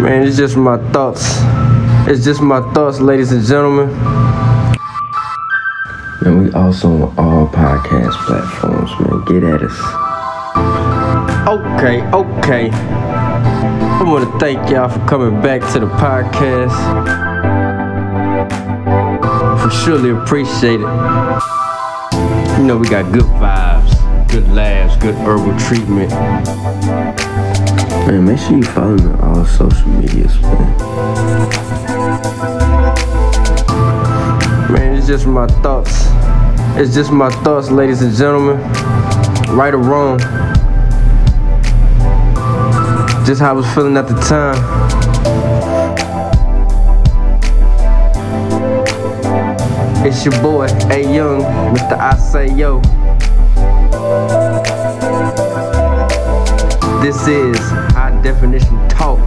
Man, it's just my thoughts. It's just my thoughts, ladies and gentlemen. Man, we also on all podcast platforms, man. Get at us. Okay, okay. I want to thank y'all for coming back to the podcast. For surely appreciate it. You know, we got good vibes, good laughs, good herbal treatment. Man, make sure you follow me on all social medias, man. Man, it's just my thoughts. It's just my thoughts, ladies and gentlemen. Right or wrong. Just how I was feeling at the time. It's your boy, A Young, Mr. I Say Yo. This is High Definition Talk.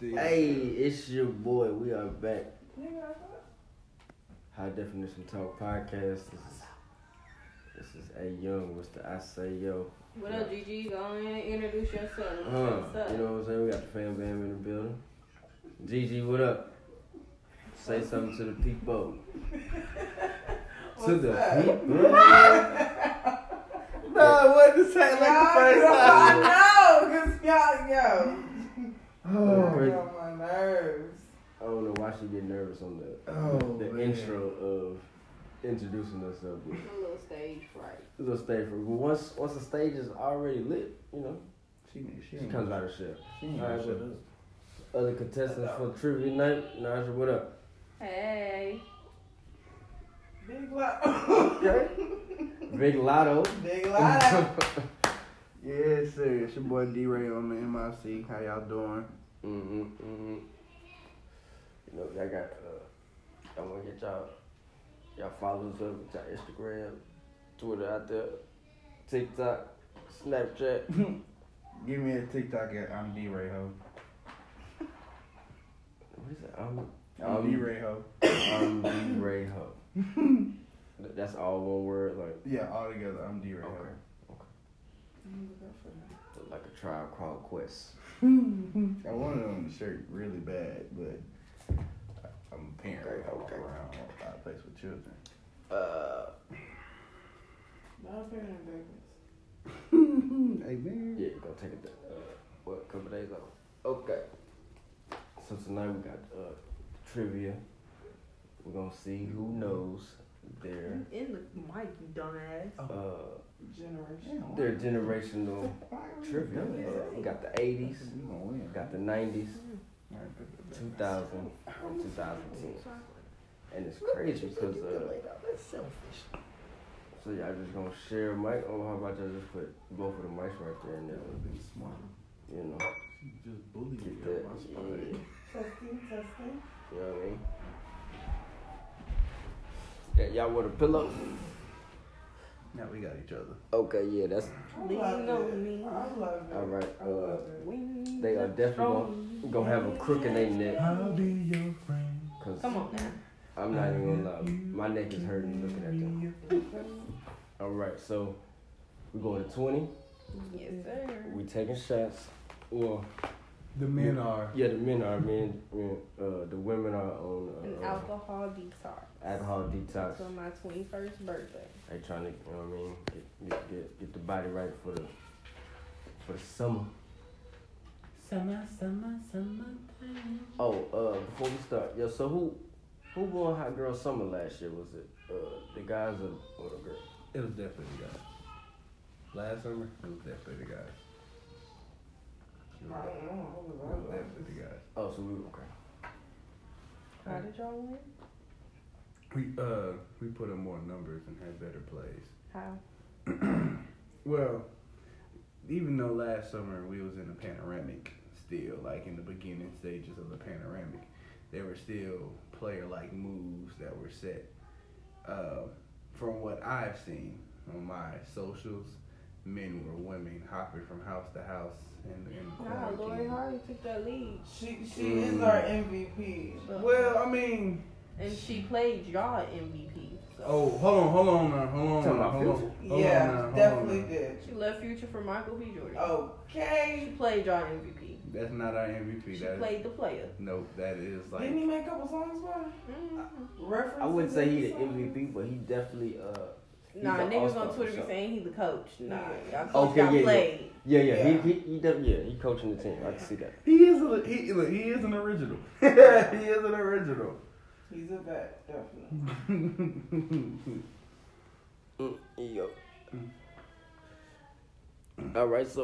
Hey, it's your boy. We are back. High Definition Talk Podcast. This is, this is A Young, Mr. I Say Yo. What up, Gigi? Go on and introduce yourself. Huh, What's up? you know what I'm saying? We got the fan band in the building. Gigi, what up? Say something to the people. to the people. no, I wasn't to say it like the first time. I know, cause y'all, yo, Oh, you on my nerves. I don't know why she get nervous on the Oh, the man. intro of introducing herself. But I'm a little stage fright. it's a stage for but once once the stage is already lit, you know, She, she, she comes out of shit. She ain't gonna shut Other contestants for trivia night, Naja, what up? Hey. Big lot. Big Lotto. Big lot. Yeah, sir. It's your boy D Ray on the MIC. How y'all doing? Mm-hmm, mm-hmm. You know, I got, uh, I want to get y'all, y'all followers up, y'all Instagram, Twitter out there, TikTok, Snapchat. Give me a TikTok at I'm D Ray Ho. What is it? I'm, I'm Um, D Ray Ho. I'm D. Ray Ho. Th- That's all one word, like, Yeah, all together. I'm D Ray Ho. Okay. like a tribe called Quest. I wanted it on the shirt really bad, but I- I'm a parent. Okay, I walk okay. around a lot of places with children. Uh, Love parent babies. hey, man. yeah, gonna take it, uh, what, a couple days off. Okay. So tonight we got, uh, trivia. We're gonna see who knows their In the mic, you dumbass. uh, Oh. Generation. their generational trivia. Uh, we got the 80s, You gonna we win. got the 90s, All right, but- 2000, and 2010. And it's crazy because, uh, That's selfish. so y'all just gonna share a mic, or how about y'all just put both of the mics right there and then, Be smart. you know, You just bullied get me that. out my spot. Testing, testing. You know what I mean? Yeah, y'all want a pillow? Now we got each other. Okay, yeah, that's I love know it. me. I love it. all right. I Uh, love it. Wings they are of definitely gonna, strong- gonna have a crook in their neck. I'll be your friend. Cause Come on now. I'm not even gonna lie, my neck is hurting looking at them. All right, so we going to 20. Yes, sir. We taking shots. Well, The men are. yeah, the men are men. men, Uh, the women are on An uh, uh, alcohol detox. alcohol detox. For my 21st birthday. They trying to, you know what I mean, get, get, get, get the body right for the for the summer. Summer, summer, summertime. Oh, uh, before we start, yo, so who who won Hot Girl Summer last year? Was it uh, the guys or, or the girls? It was definitely the guys. Last summer, it was definitely the guys. It I was don't know. I was all about definitely the guys. Oh, so we okay. How did y'all win? We uh we put up more numbers and had better plays. How? Well, even though last summer we was in the panoramic still, like in the beginning stages of the panoramic, there were still player like moves that were set. Uh, from what I've seen on my socials men were women hopping from house to house in, in Nah, Lori quarantine. Harvey took that lead. She she is our Mm. MVP. Well, I mean, And she played y'all MVP. So. oh, hold on, hold on, now, hold on, Talking about now, hold on, Future? hold yeah, on, now, hold on. definitely now. did. She left Future for Michael B. Jordan. Oh. She Okay. played y'all MVP. That's not our MVP. She that is, played the player. nope, that is like Didn't he make a couple songs for her? Mm. reference? I wouldn't say he the songs? MVP, but he definitely uh He's Nah, an niggas all-star on Twitter for be sure. saying he the coach. Nah, Yeah. y'all coach Okay, got yeah, yeah. played. yeah yeah, Yeah. He, he he definitely yeah he coaching the team. I can see that. he is a, he look, he is an original. he is an original. He's a vet, definitely. Mm, yo. Mm. All right, so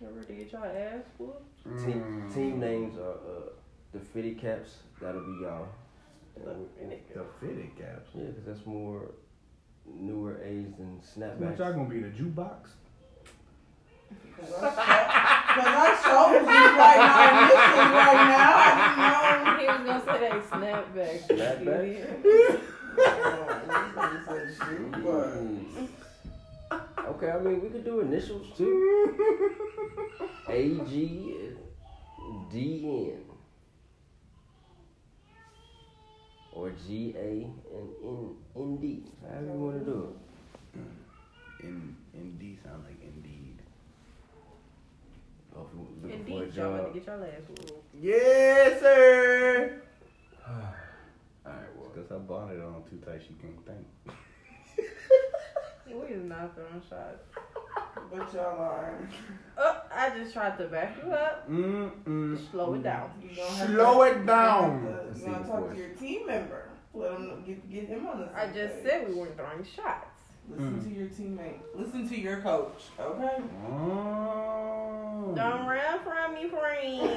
Remember to get y'all ass whooped? uh team Mm. team names are uh the fitted caps. That'll be y'all. And we- and- The fitted caps. Yeah, because that's more newer age than What y'all snapbacks. gonna be the jukebox? Because I showed you right now, and this is right now. He I was gonna say that snapback. Snapback? didn't know. Oh, Mm. okay, I mean we could do initials too. A G D N or G A and N N D. However you want to do it. In Indeed sound like Indeed. Oh, if you looking for a Indeed, y'all about job. to get y'all ass whooped. Yes, sir. All right, well, Because I bought it on too tight, she can't think. We is not throwing shots. But y'all are. Oh, I just tried to back you up. Mm-mm. Slow it down. You don't have Slow to, it down. Let's You want see, to talk boys. to your team member. Let him know- get, get him on the I same just page. said we weren't throwing shots. Listen Mm. to your teammate. Listen to your coach. Okay. Oh. Don't run from me, friend. y'all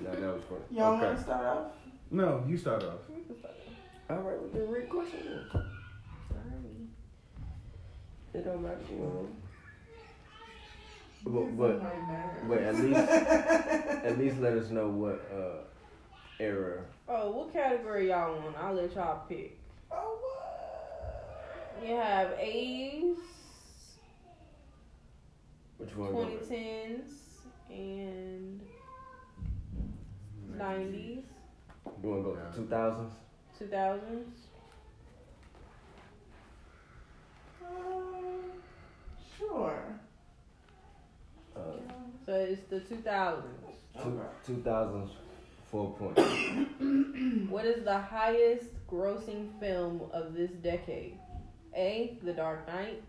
no, that was funny. want okay. to start off? No, you start off. All right, we can read questions. then. Sorry. It don't matter. You know. This But, but is my nerve. But at least, at least let us know what uh, era. Oh, what category y'all want? I'll let y'all pick. Oh, what? You have A's, Which one? gonna be? 2010s, and 90s, You want to go to two thousands? 2000s. Um, sure. Uh, So it's the 2000s. Two thousands, four points. What is the highest grossing film of this decade? A. The Dark Knight.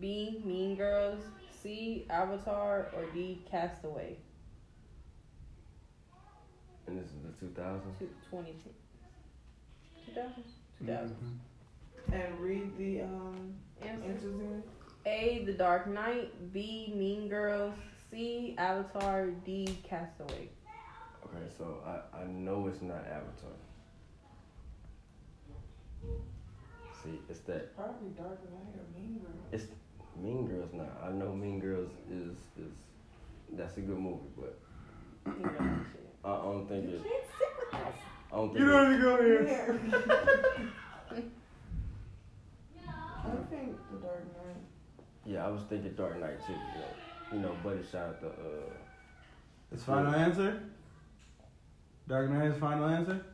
B. Mean Girls. C. Avatar. Or D. Castaway. and this is the two thousands. Two- 2010. 2000? 2000. And read the um Answer. interesting. A. The Dark Knight. B. Mean Girls. C. Avatar. D. Castaway. Okay, so I, I know it's not Avatar. See, it's that Probably Dark Knight or Mean Girls. Mean Girls now. I know Mean Girls is is that's a good movie, but You know, shit. I don't think You it. can't sit with us. I don't think You it, don't even go here. I think the Dark Knight. Yeah, I was thinking Dark Knight too. You know, you know Buddy shot the. Uh, It's final answer. Dark Knight is final answer.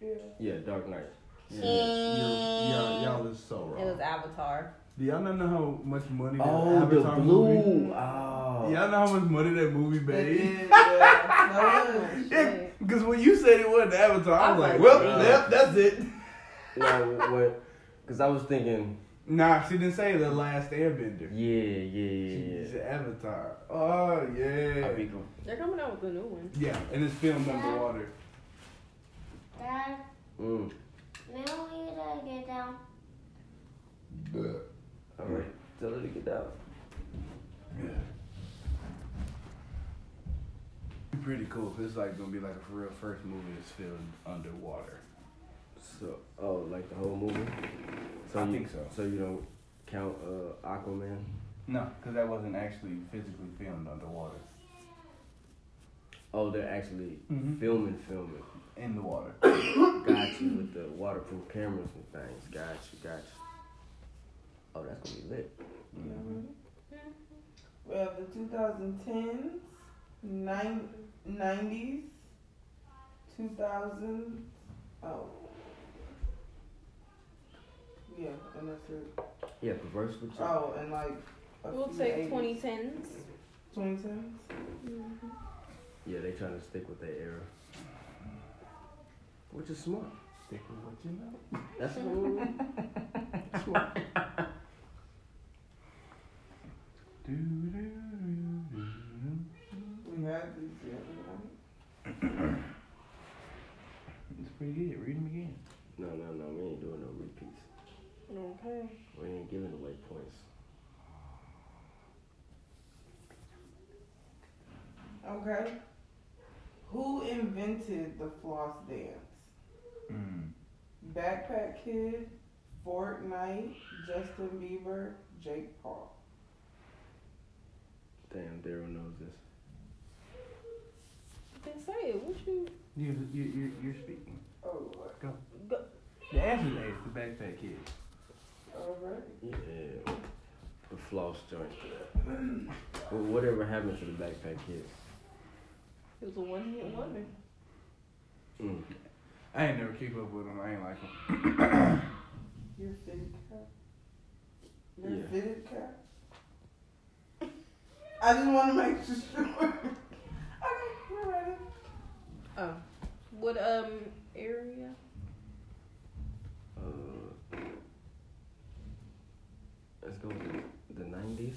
Yeah. Yeah, Dark Knight. Yeah, you- y'all, y'all is so Mm. It was wrong. Avatar. Do y'all not know how much money that Oh, the Avatar movie? blue. Oh. Y'all know how much money that movie made? It is, Oh, yeah. Yeah, because when you said it wasn't Avatar, I was I like, was well, like, uh, yep, that's it. No, what? Because I was thinking, Nah, she didn't say The Last Airbender. yeah, yeah, She yeah, said Avatar. Oh, yeah. yeah. I be cool. They're coming out with a new one. yeah, and it's filmed underwater. Dad, Mm. may we uh, get down? All right, tell her to get out. Pretty cool. It's like gonna be like a real first movie that's filmed underwater. So, oh, like the whole movie. So I you, think so. So you don't count uh, Aquaman. No, because that wasn't actually physically filmed underwater. Oh, they're actually Mhm. filming, filming. In the water. Got you with the waterproof cameras and things. Got you, got you. Oh, that's gonna be lit. Mm. Mhm. We have the 2010s, nine, 90s, 2000. Oh. Yeah, and that's it. Yeah, perverse with you. Oh, and like. a We'll few take 80s. 2010s. 2010s? Yeah, they trying to stick with their era, which is smart. Stick with what you know. That's cool. smart. Do, do, do, do. We had these the other night. It's pretty good. Read them again. No, no, no. We ain't doing no repeats. Okay. We ain't giving away points. Okay. Who invented the floss dance? Mm. Backpack Kid, Fortnite, Justin Bieber, Jake Paul. Damn, Daryl knows this. Then say it. What you You, you, you, you're speaking. Oh, what? go? The answer is the backpack kid. All right. Yeah, the floss joint. well, whatever happened to the backpack kid? It was a one hit wonder. Mm. I ain't never keep up with him. I ain't like him. Your fitted cap. Your Yeah. fitted cap. I just want to make sure. okay, we're ready. Oh. What um area? Uh, let's go with the nineties.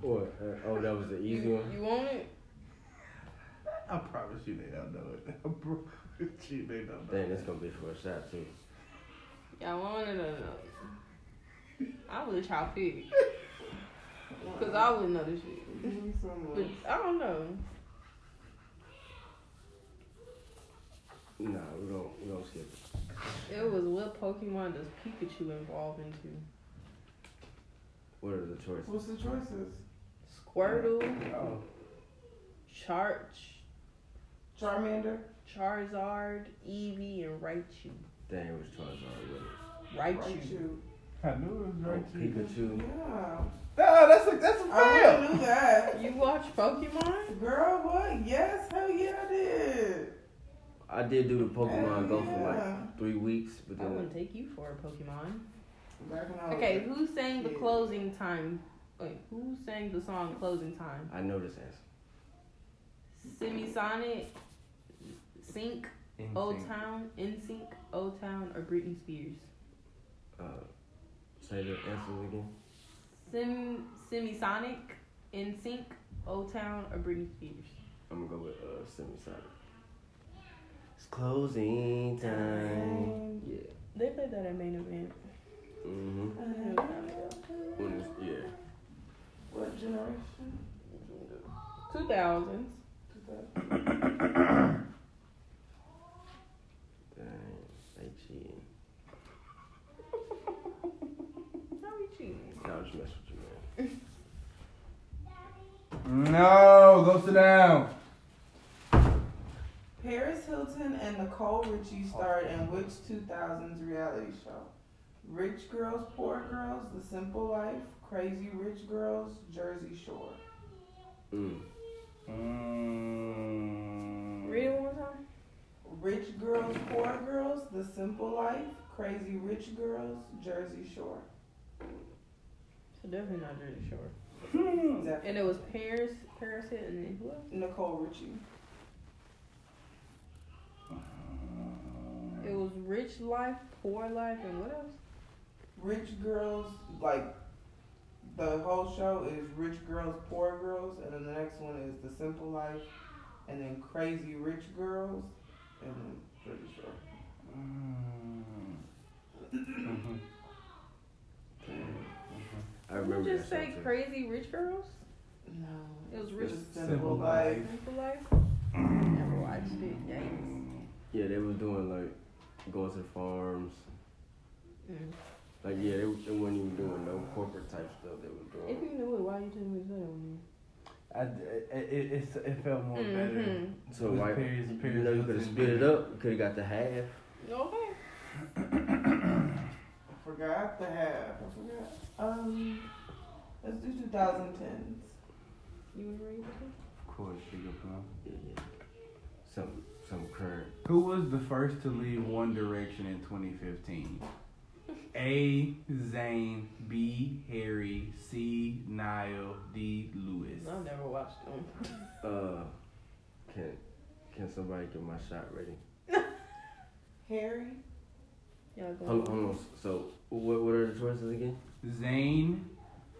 What? Uh, oh, that was the easy you, one. you want it? I promise you they don't know it. I promise you they don't know Dang, that's it. gonna be for a shot too. Y'all want it or not? I wish y'all pick. Cause I wouldn't know this shit. Give me some. But I don't know. Nah, we don't. We don't skip it. It was what Pokemon does Pikachu evolve into? What are the choices? What's the choices? Squirtle, Oh, Char Charmander. Charizard, Eevee, and Raichu. Dang, it was Charizard. wasn't it? Raichu. Raichu. I knew it was Oh, right to you. Pikachu. Yeah. No, that's a, that's a fail. I already knew that. You watch Pokemon? Girl, what? Yes, hell yeah, I did. I did do the Pokemon Go for like Yeah. three weeks, but I wouldn't then take you for a Pokemon. Back when I was- Okay, who sang the Yeah. closing time? Wait, who sang the song Closing Time? I know this answer. Semisonic, Sync, In Old sync. Town, NSYNC, Old Town, or Britney Spears? Uh, say the answers again. Sim, Semisonic, NSYNC, Old Town, or Britney Spears? I'm gonna go with uh, Semi Sonic. It's closing time. Yeah. They played that at main event. Mm-hmm. When it's, yeah. What generation? Two thousands. Is that- Dang. They cheating. How we cheating? Nah, I just mess with you, man. No, go sit down. Paris Hilton and Nicole Richie starred in which 2000s reality show? Rich Girls, Poor Girls, The Simple Life, Crazy Rich Girls, Jersey Shore. Mm. Mm. Read it one time. Rich Girls, Poor Girls, The Simple Life, Crazy Rich Girls, Jersey Shore. So definitely not Jersey Shore. Hmm. Definitely. And it was Paris, Paris Hilton, and then who else? Nicole Richie. It was Rich Life, Poor Life, and what else? Rich Girls, like, the whole show is Rich Girls, Poor Girls, and then the next one is The Simple Life, and then Crazy Rich Girls, and then Jersey Shore. Mhm. I remember Did you just that say show, too. Crazy Rich Girls? No. It was Rich Rich Simple Life. Simple Life. Never watched it. Yikes. Yeah, they was doing like going to the farms. Mm. Like yeah, they, they weren't even doing no corporate type stuff. They was If doing. you knew it, why you didn't say it on I, it, it's, it felt Oh, more better. Mm-hmm. So With like, periods and you know, you periods could have and split it periods. up. You could have got the half. Okay. I forgot the half. I forgot. Um, let's do 2010s. You want to read it? Of course, sugar plum. Some some current. Who was the first to leave One Direction in 2015? A. Zayn. B. Harry. C. Niall. D. Lewis. I've never watched them. Uh, can can somebody get my shot ready? Harry. Y'all go. Hold on, hold on. So what what are the choices again? Zayn.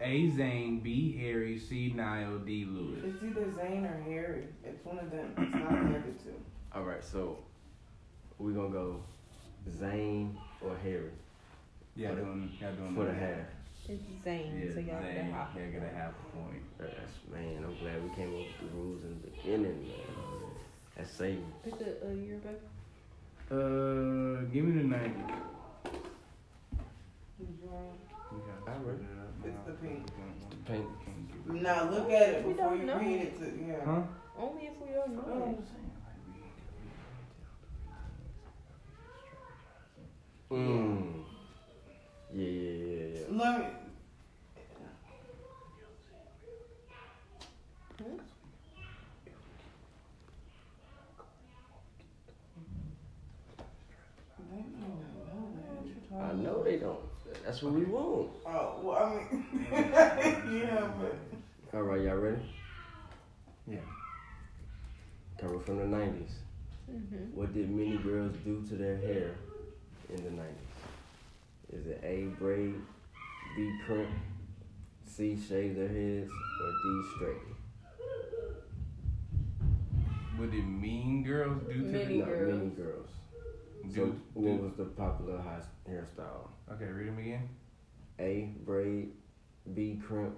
A. Zayn. B. Harry. C. Niall. D. Lewis. It's either Zayn or Harry. It's one of them. It's not the other two. All right, so we're gonna go Zane or Harry Yeah, For the- doing, yeah, doing for the that. half. It's Zane, Yeah, so Zayn. y'all get a hot. Yeah, get a half a point. That's man. I'm glad we came up with the rules in the beginning, man. That's saving. Pick a, a year back. Uh, give me the 90. I read it It's the pink. The pink. Now look at it We before don't you know. read it. To, yeah. Huh? Only if we don't know. Mm. Yeah, yeah, yeah, yeah. Let me. Hmm? They don't know that. What you talking I know they don't. That's what we want. Oh, well, I mean, yeah, but All right, y'all ready? Yeah. Coming from the '90s. Mm-hmm. What did many girls do to their hair in the 90s? Is it A, braid, B, crimp, C, shave their heads, or D, straighten? What did Mean Girls do to Many the Not girls. many girls. So, do, what do- was the popular high hairstyle? Okay, read them again. A, braid, B, crimp,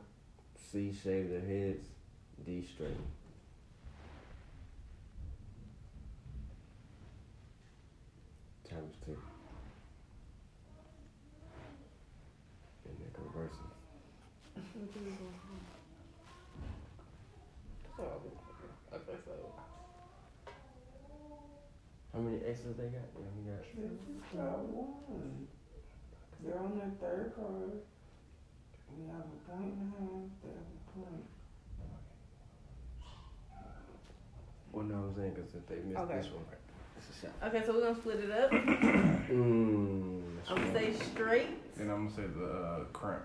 C, shave their heads, D, straighten. Times two. And they're conversing. Okay, so How many X's they got? Yeah, we got. they just got one. They're on their third card. We have a point and a half. They have a point. Well, no, I'm saying because if they miss Okay. this one, Mm, it's a shot. okay, so we're gonna split it up. Mmm. I'm gonna say straight. Then I'm gonna say the uh, crimp.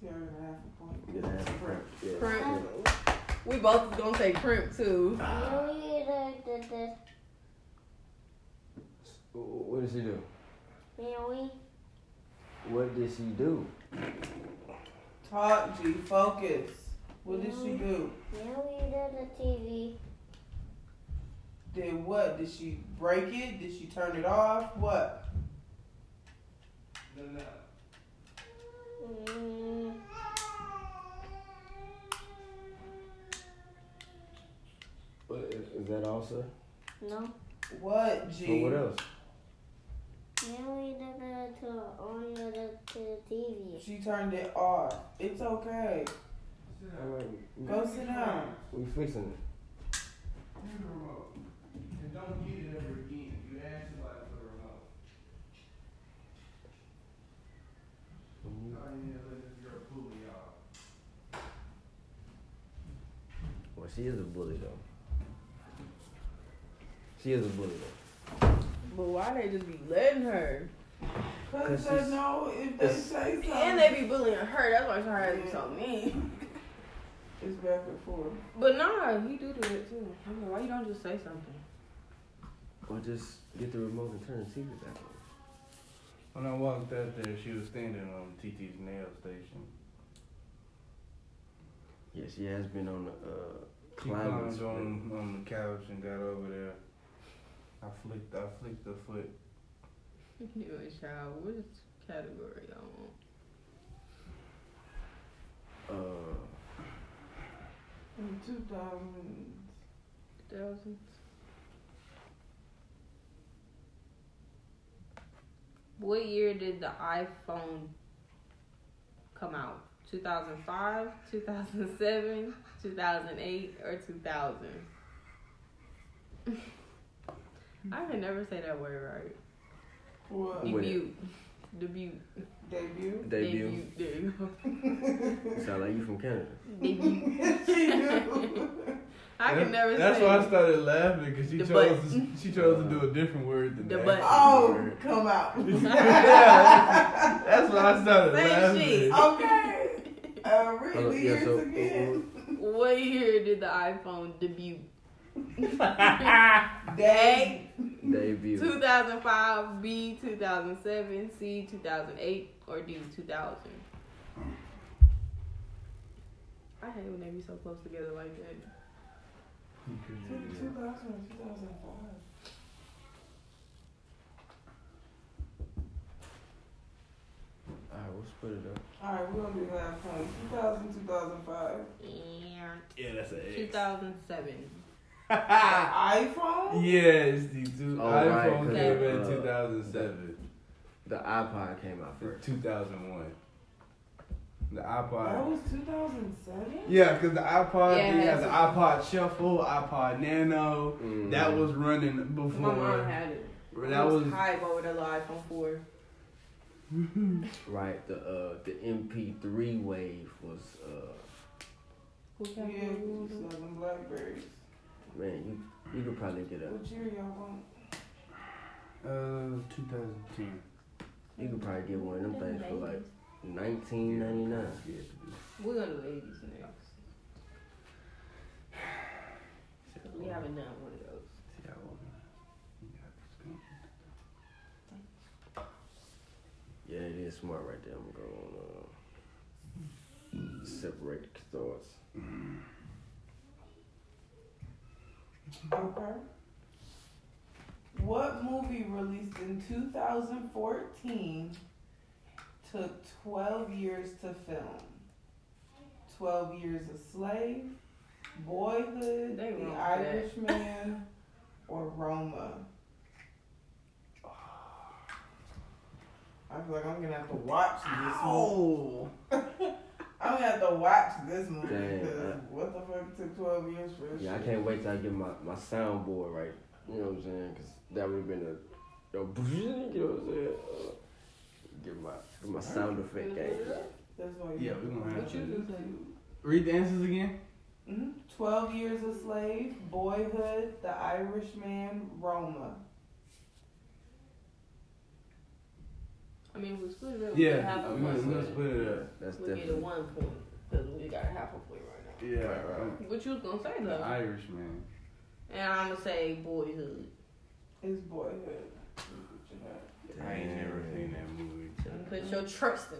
See, I already have a point. Yeah, that's a crimp. Yeah. Crimp. We both gonna say crimp too. Meow eater did this. Wh- What did she do? Meow What did she do? Talk, G, focus. What did she Mm-hmm. do? eater the TV. Did what? Did she break it? Did she turn it off? What? Mm. What, is is that all, sir? No. What, G? So what else? Meow eater did it to on the, the- to the TV. She turned it off. It's okay. All right, we, Go sit down. Um, we fixing it. And don't get it ever again. You ask somebody for the remote. Mm-hmm. Well, she is a bully though. She is a bully though. But why they just be letting her? Cause Cause they it's- know if they it's- say something. And they be bullying her. That's why she had to so mean. It's back and forth. But nah, he do do it too. I mean, why you don't just say something? Or just get the remote and turn the TV back on. When I walked up there, she was standing on TT's nail station. Yeah, she has been on the uh, She climbing. climbed on, on the couch and got over there. I flicked, I flicked the foot. You a child? What is category y'all want? Uh, In 2000, Thousands. What year did the iPhone come out? 2005, 2007, 2008, or 2000? I can never say that word right. What? Wait. Debut. Debut. Debut? Debut. Debut. There you go. Sound like you from Canada. Debut. I can never That's say why I started laughing because she The chose butt. to, she chose to do a different word than The that. butt. oh, come out. Yeah, That's why I started Same shit. laughing. okay. Uh, read Hold the up, years Oh, so, oh. again. What year did the iPhone debut? Day. uh, debut. 2005, B, 2007, C, 2008, or D, 2000? I hate when they be so close together like that. Oh. Two thousand, two thousand five. Alright, we'll split it up. All right, we're gonna do that from 2000, 2005. Mm. Yeah. Yeah, that's an X. 2007. Ah. iPhone? Yes, the two Oh, right, iPhone 'cause came it, in uh, 2007, The iPod came out first. 2001. The That Oh. iPod. was 2007? Yeah, because the iPod, Yeah, we had the that's- iPod Shuffle, iPod Nano. Mhm. That was running My mom before. had it. That was hype over the iPhone 4. right. The uh, the MP3 wave was uh, Who Yeah, got it? 2007 Blackberries. man, you you could probably get a What year y'all want? uh 2010. you could probably get one of them things for like 19.99. We're gonna do 80s next. We haven't done one of those. Yeah, it is smart right there. I'm gonna uh, separate the thoughts. Okay. What movie released in 2014 took 12 years to film? 12 Years a Slave, Boyhood, They wrong for The that. Irishman, or Roma? I feel like I'm gonna have to watch this movie. Oh, I'm gonna have to watch this movie Dang, because I- what the fuck took 12 years for this Yeah, I shit? can't wait till I get my, my soundboard right. You know what I'm saying? Because that would have been a, a you know what I'm saying? Uh, get my get my sound effect game. That's why yeah, we're gonna have What you to do, Taylor? read the answers again. Mhm. Twelve Years a Slave, Boyhood, The Irishman, Roma. I mean, we split it up. we can have a Yeah, we might point as well with it. split it up. That's We'll get a definitely one point because we got a half a point right Yeah, Right, right. now. What you was gonna say The though? Irishman. And I'm gonna say boyhood. It's Boyhood. I ain't never seen that movie. Shouldn't put your trust in.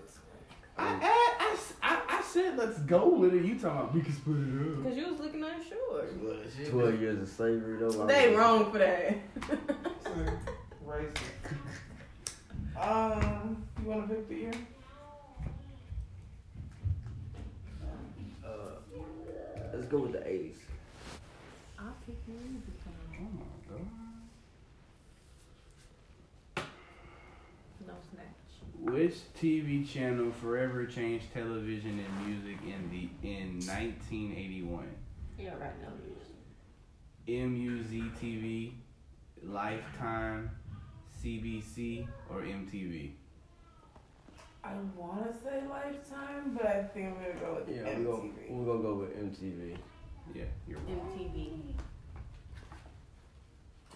I, I, I, I said let's go with it. You talking about we can split it Cause you was looking unsure. twelve years of slavery though. I They was- wrong for that. Racist. Um, you want to pick the year? Uh, let's go with the eighties. I'll pick you because Oh my god. no snatch. Which TV channel forever changed television and music in the in 1981? Yeah, right now. MUZ TV, Lifetime, CBC, or MTV? I want to say Lifetime, but I think I'm gonna go with Yeah, we're gonna, MTV. we're gonna go with MTV. Yeah, you're wrong. MTV.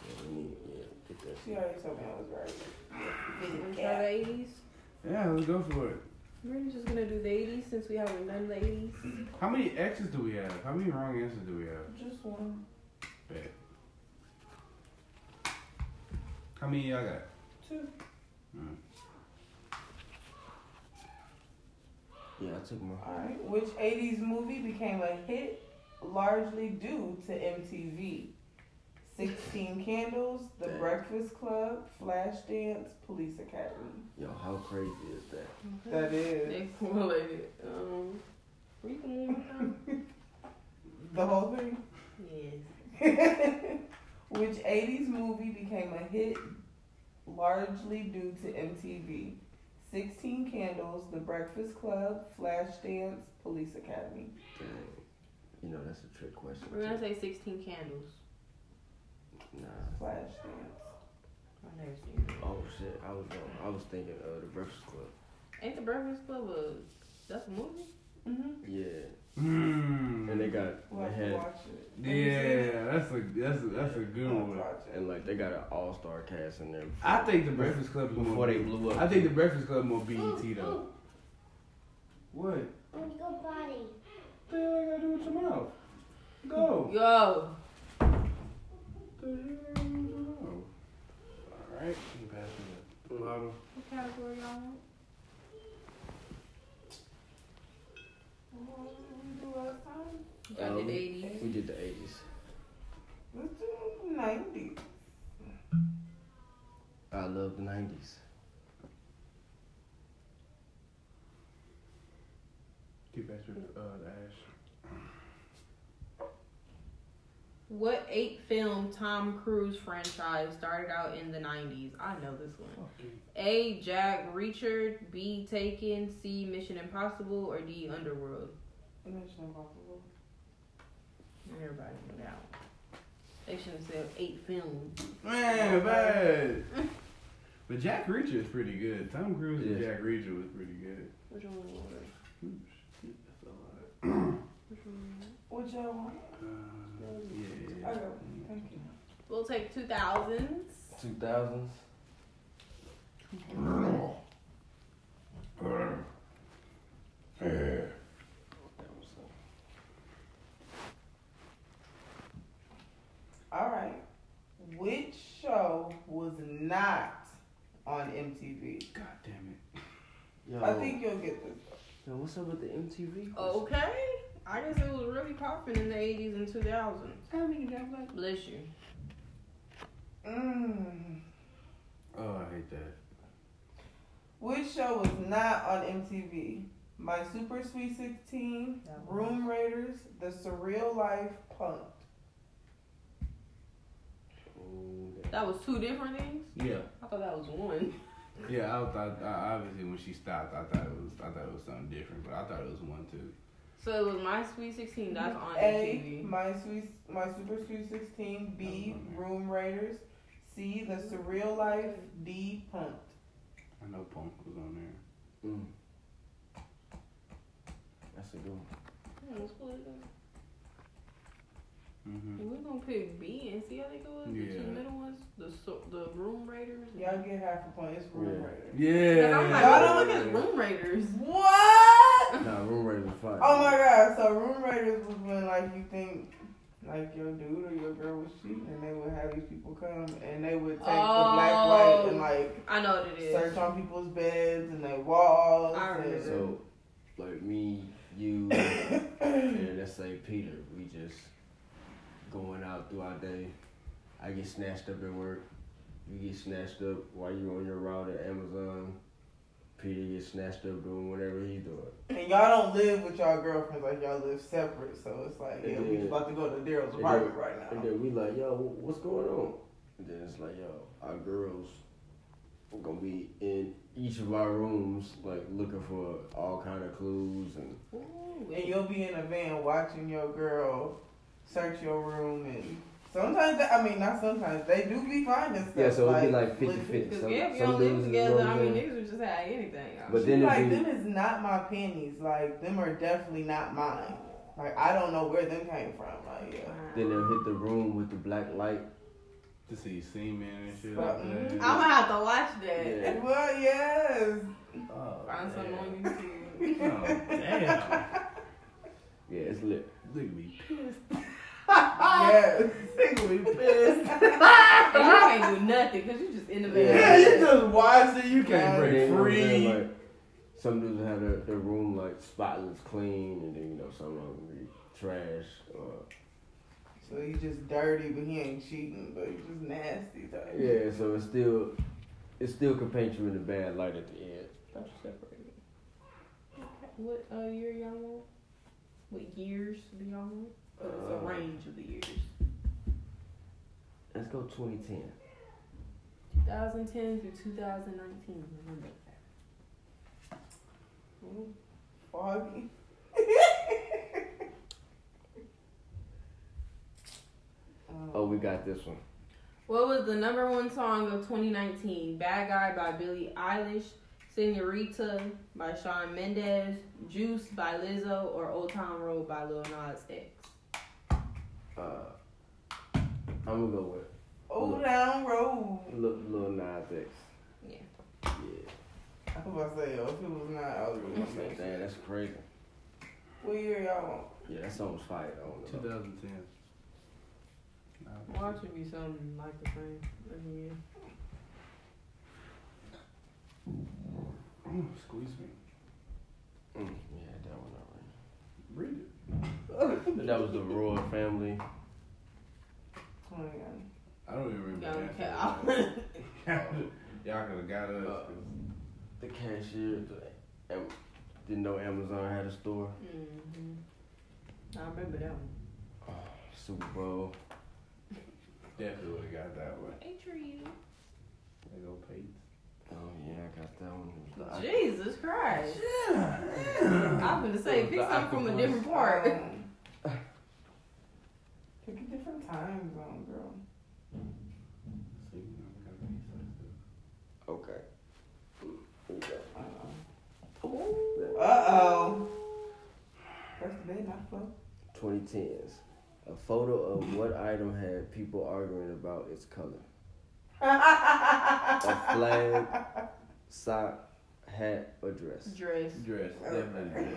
Yeah, we need, yeah, get that. She already told me I was right. Wanna try the eighties. Yeah, let's go for it. We're just gonna do the eighties since we haven't done the eighties. How many X's do we have? How many wrong answers do we have? Just one, Bet. How many y'all got? two. Yeah, I took my. All right. Which '80s movie became a hit largely due to MTV? Sixteen Candles, The Dang. Breakfast Club, Flashdance, Police Academy. Yo, how crazy is that? That is Next one, lady. Um, were you gonna move on? the whole thing. Yes. Which '80s movie became a hit largely due to MTV? 16 Candles, The Breakfast Club, Flashdance, Police Academy. Dang. You know, that's a trick question. We're gonna too. say 16 candles. Nah. Flashdance. I've never seen it. Oh shit, I was wrong. I was thinking of the Breakfast Club. Ain't the Breakfast Club a that's a movie? Mm-hmm. Yeah. Mm. And they got We'll they have to had watch it. Have you seen it? Yeah, that's a that's a, that's a good We'll one. watch it. and like they got an all star cast in there. I think the Breakfast Club is more before E they blew up. I think the Breakfast Club more Ooh, BET though. ooh, What? What I want to go potty. the hell I gotta do with your mouth? Go. Yo, The hell you gotta do with your mouth? All right, you pass me the bottle. what category y'all want? What did we do last time? You got Um, the 80s. we did the eighties. Let's do 90. I love the nineties. You pass me the, uh, the ash. What eight film Tom Cruise franchise started out in the 90s? I know this one. A. Jack Reacher, B. Taken, C. Mission Impossible, or D. Underworld? Mission Impossible. Everybody knew that one. They should have said eight films. Man, bad. But Jack Reacher is pretty good. Tom Cruise and Yeah. Jack Reacher was pretty good. Which one was it? Ooh, shit, that's a lot. Which one was it? What y'all want? Uh, yeah, yeah. I got one. Thank you. We'll take 2000s. Two thousands. That was uh, All right. Which show was not on MTV? God damn it. yo, Oh. I think you'll get this. yo, what's up with the MTV? Okay. I guess it was really popping in the 80s and 2000s. Bless you. Mm. Oh, I hate that. Which show was not on MTV? My Super Sweet 16, That one. Room Raiders, The Surreal Life, Punked. Ooh, that- That was two different things? Yeah, I thought that was one. yeah. I thought I, obviously when she stopped, I thought it was I thought it was something different, but I thought it was one too. So it was My Sweet 16 that's on A. MTV. My Sweet, My Super Sweet 16. B. Oh, man. Room Raiders. C. The Surreal Life. D. Punked. I know Punk was on there. mm. That's a good one. Hmm, let's put it up. Mm-hmm. We're gonna pick B and see how they go. The Yeah. two middle ones, the so, the Room Raiders. Y'all get half a point. It's Room Yeah. Raiders. Yeah. Like, I'm like, Y'all what the fuck is Room Raiders? What? Nah, Room Raiders was fire. Oh my god, so room raiders was when like you think like your dude or your girl was cheating and they would have these people come and they would take the black light Oh. and like I know what it is. search on people's beds and their walls. I remember. and- So, like me, you, and let's say Peter, we just going out through our day. I get snatched up at work. You get snatched up while you on your route at Amazon. Peter gets snatched up doing whatever he's doing. and y'all don't live with y'all girlfriends, like y'all live separate. So it's like, yeah, we Yeah. about to go to Daryl's Yeah. apartment right And now. then we like, yo, wh- what's going on? And then it's like, yo, our girls gonna be in each of our rooms, like looking for all kind of clues and Ooh, And you'll be in a van watching your girl search your room and sometimes they, I mean not sometimes they do be finding stuff. yeah. So it'd be like 50-50. legit- Cause Some, yeah, if some y'all live dudes is together, I roaming. mean, niggas would just have anything. y'all. But She then it'd like, be- them is not my panties. Like, them are definitely not mine. Like, I don't know where them came from. Like, yeah. Then they'll hit the room with the black light. To see semen and shit Mhm. like that. I'm gonna have to watch that. Yeah. Well, yes. oh, Find something damn. on YouTube. Oh damn! Yeah, it's lit. Look at me. Yes. Look at me pissed. And you can't do nothing because you just in the bed. yeah, you just watching. You can't Right. break Then, you know what I'm saying, free. Like, some dudes have their, their room like spotless clean, and then you know some of them be trash. Or, So he's just dirty, but he ain't cheating, but he's just nasty. Type. yeah, so it's still it still can paint you in a bad light at the end. What uh, year y'all want? What years do y'all want? It's a Uh, range of the years. Let's go 2010. 2010 through 2019. Remember that. Ooh, Foggy. Oh, Um, we got this one. What was the number one song of 2019? Bad Guy by Billie Eilish, Senorita by Shawn Mendes, Juice by Lizzo, or Old Town Road by Lil Nas X? Uh, I'm gonna go with Old Town Road. Lil, Lil Nas X. Yeah. Yeah. I was about to say, oh, if it was not, I was going to say. Damn, that's crazy. What year y'all want? Yeah, that song was fire. I don't know. 2010. Why should be something like the same every year? Ooh, squeeze me. Mm, yeah, that one already. Read it. That was the Royal Family. Oh my God. I don't even remember. Y'all that. okay. I- Y'all could have got us. 'cause- The cashier the, Am- didn't know Amazon had a store. Mhm. I remember that one. Super Bowl. Definitely would have got that one. Patriot. They go paid. Oh yeah, I got that one. It was the Jesus Christ. I'm gonna say, pick something from a different part. Um, pick a different time zone, girl. oct- Okay. Here we go. Uh oh. First debate, not fun. 2010s. A photo of what item had people arguing about its color? A flag, sock, hat, or dress? Dress. Dress, definitely dress.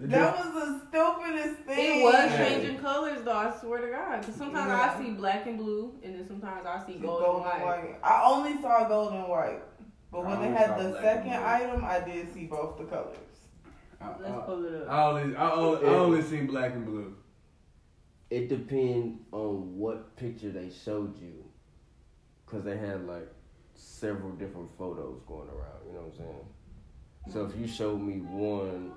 The That dress was the stupidest thing. It was Yeah. changing colors though, I swear to God. Cause sometimes Yeah. I see black and blue, and then sometimes I see gold, Gold and and white. white. I only saw gold and white, but when I they only had saw the black second and white. item, I did see both the colors. I, Let's I, pull it up. uh, I always, I always, I always seen black and blue. It depends on what picture they showed you. Because they had like several different photos going around. You know what I'm saying? So if you showed me one,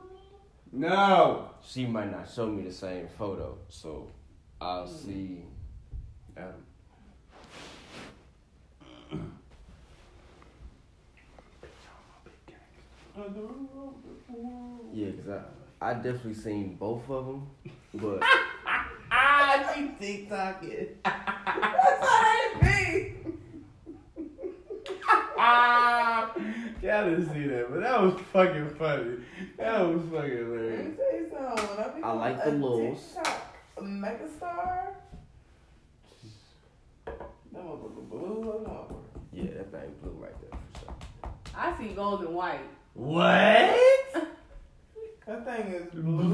No. she might not show me the same photo. So I'll see. Adam. Yeah, because I, I definitely seen both of them. But Ah, you TikToking. That's how they be. Ah, y'all didn't see that, but that was fucking funny. That was fucking Let me hilarious. tell you something. When I, I like the become a lulz. TikTok megastar. That motherfucker blew up. over. yeah, that thing blew right there for sure. I see gold and white. What? That thing is blue.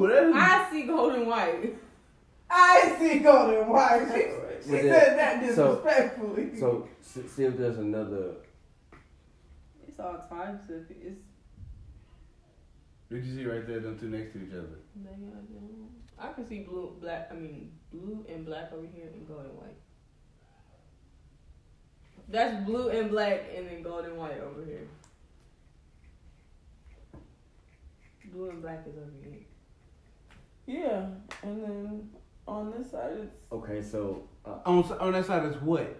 Blue. That I see gold and white. I see gold and white. She, she Was it- said that so- disrespectfully. So see, see if there's another. It's all types of it's. Did you see right there? Them two next to each other. I can see blue, black. I mean, blue and black over here, and gold and white. That's blue and black, and then gold and white over here. Blue and black is over here. Yeah, and then on this side, it's Okay, so uh, On s- on that side is what?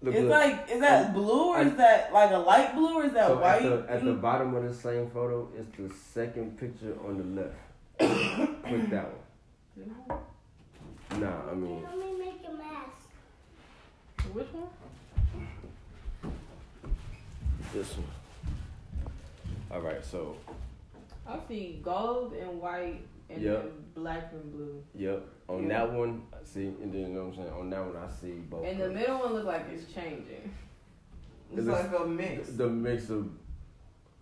look, it's look. like is that blue or is that like a light blue or is that so white? at the, at the bottom of the same photo, it's the second picture on the left. Click that one. Nah, I mean, Let me make a mask. Which one? this one. Alright, so, I see gold and white and Yep. then black and blue. yep. On that one, I see, and then you know what I'm saying? On that one, I see both. And the middle one look like it's changing. it's is like a mix. The mix of.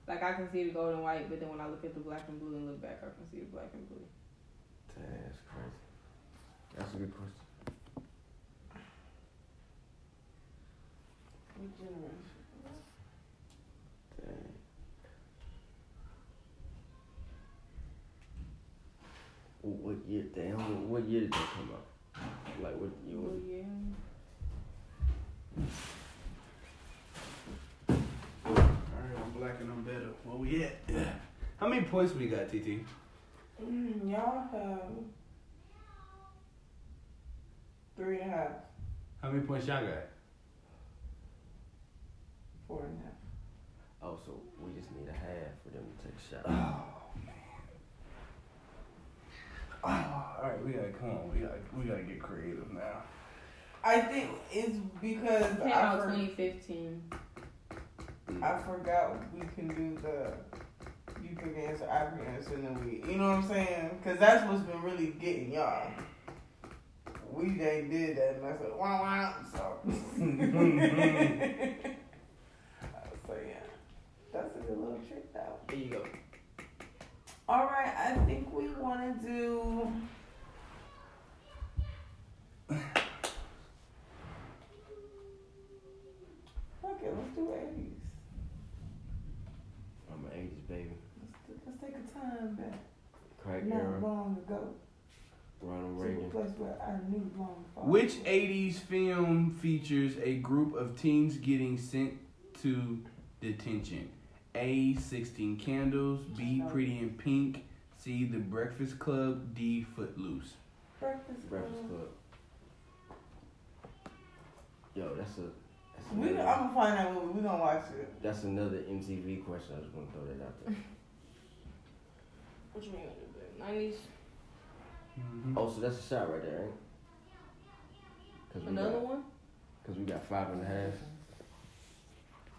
Like I can see the gold and white, but then when I look at the black and blue and look back, I can see the black and blue. That's crazy. That's a good question. Dang. Wh- What year? Damn, wh- what year did that come out? Like, what year? Well, was- yeah. Alright, I'm black and I'm better. Where we at? How many points we got, TT? Mm, y'all have three and a half, How many points y'all got? four and a half. Oh, so we just need a half for them to take a shot. Oh man. Oh, all right, we gotta come on. We gotta we gotta get creative now. I think it's because It came I, out for, 2015. I forgot we can do the you pick an answer, I pick an answer, and then we. You know what I'm saying? Because that's what's been really getting y'all. We they did that, and I said, wow, wow. So. so yeah, that's a good little trick though. There you go. All right, I think we want to do. Okay, let's do 80s. I'm an 80s baby. Let's, let's take a time back. Crack era. Not long ago. Ronald To a Reagan. place where I knew long before. Which '80s film features a group of teens getting sent to detention? A. Sixteen Candles. B. Pretty in Pink. C. The Breakfast Club. D. Footloose. Breakfast Club. Breakfast Club. Yo, that's a. That's We, I'm another, going to find out when we going to watch it. that's another MTV question. I just want to throw that out there. Which one you gonna do? 90s. Oh, so that's a shot right there, ain't? Cause we, Another got, one? Cause we got five and a half.